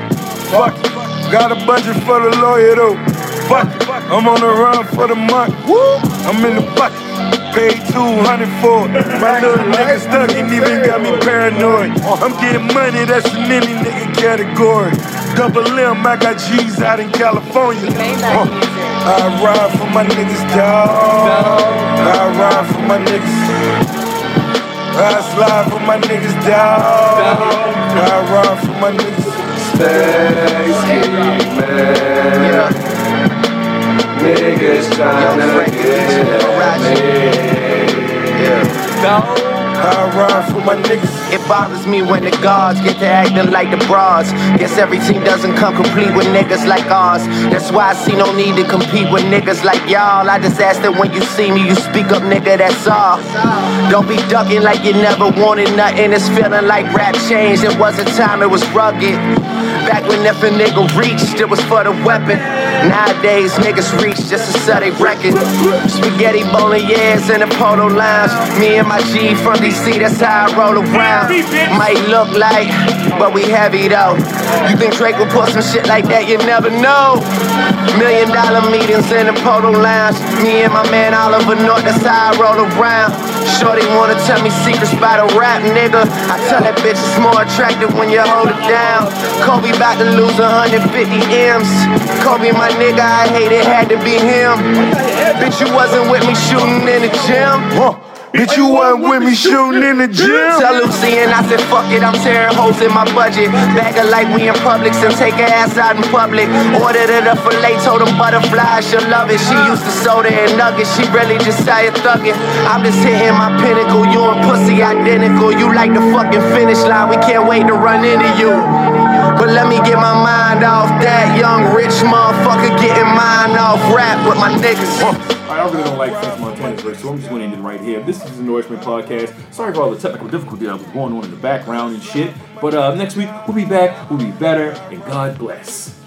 Fuck, it. got a budget for the lawyer though. Fuck, it. I'm on the run for the month. Woo, I'm in the bucket. Paid 200 for it. My little nigga stuck and even got me paranoid. I'm getting money, that's in any nigga category. Double M, I got G's out in California. Huh. I ride for my niggas, dawg. I ride for my niggas. I slide for my niggas, dawg. I ride for my niggas. Stacy, man. Niggas tryna get at me. I ride for my niggas. It bothers me when the guards get to acting like the bras. Guess every team doesn't come complete with niggas like ours. That's why I see no need to compete with niggas like y'all. I just ask that when you see me, you speak up, nigga, that's all. Don't be ducking like you never wanted nothing. It's feeling like rap changed. It was a time it was rugged. Back when if a nigga reached, it was for the weapon. Nowadays, niggas reach just to sell they record. Spaghetti bolognese in the polo lounge. Me and my G from DC, that's how I roll around. Might look like, but we heavy though. You think Drake will pull some shit like that? You never know. Million dollar meetings in the polo lounge. Me and my man Oliver North, that's how I roll around. Shorty wanna tell me secrets by the rap, nigga. I tell that bitch it's more attractive when you hold it down. Kobe about to lose 150 M's. Kobe, my nigga, I hate it, had to be him. Bitch, you wasn't with me shooting in the gym. Bitch, you wasn't with me shooting in the gym. Tell Lucy and I said, fuck it, I'm tearing holes in my budget. Bag her like we in Publix and take her ass out in public. Ordered her the filet, told them butterflies, she'll love it. She used to soda and nuggets, she really just started thugging. I'm just hitting my pinnacle, you and pussy identical. You like the fucking finish line, we can't wait to run into you. But let me get my mind off that young rich motherfucker getting mine off rap with my niggas. Alright, I really don't like French Montana's verse, so I'm just gonna end it right here. This is the Nourishment Podcast. Sorry for all the technical difficulty that was going on in the background and shit. But uh, next week, we'll be back, we'll be better, and God bless.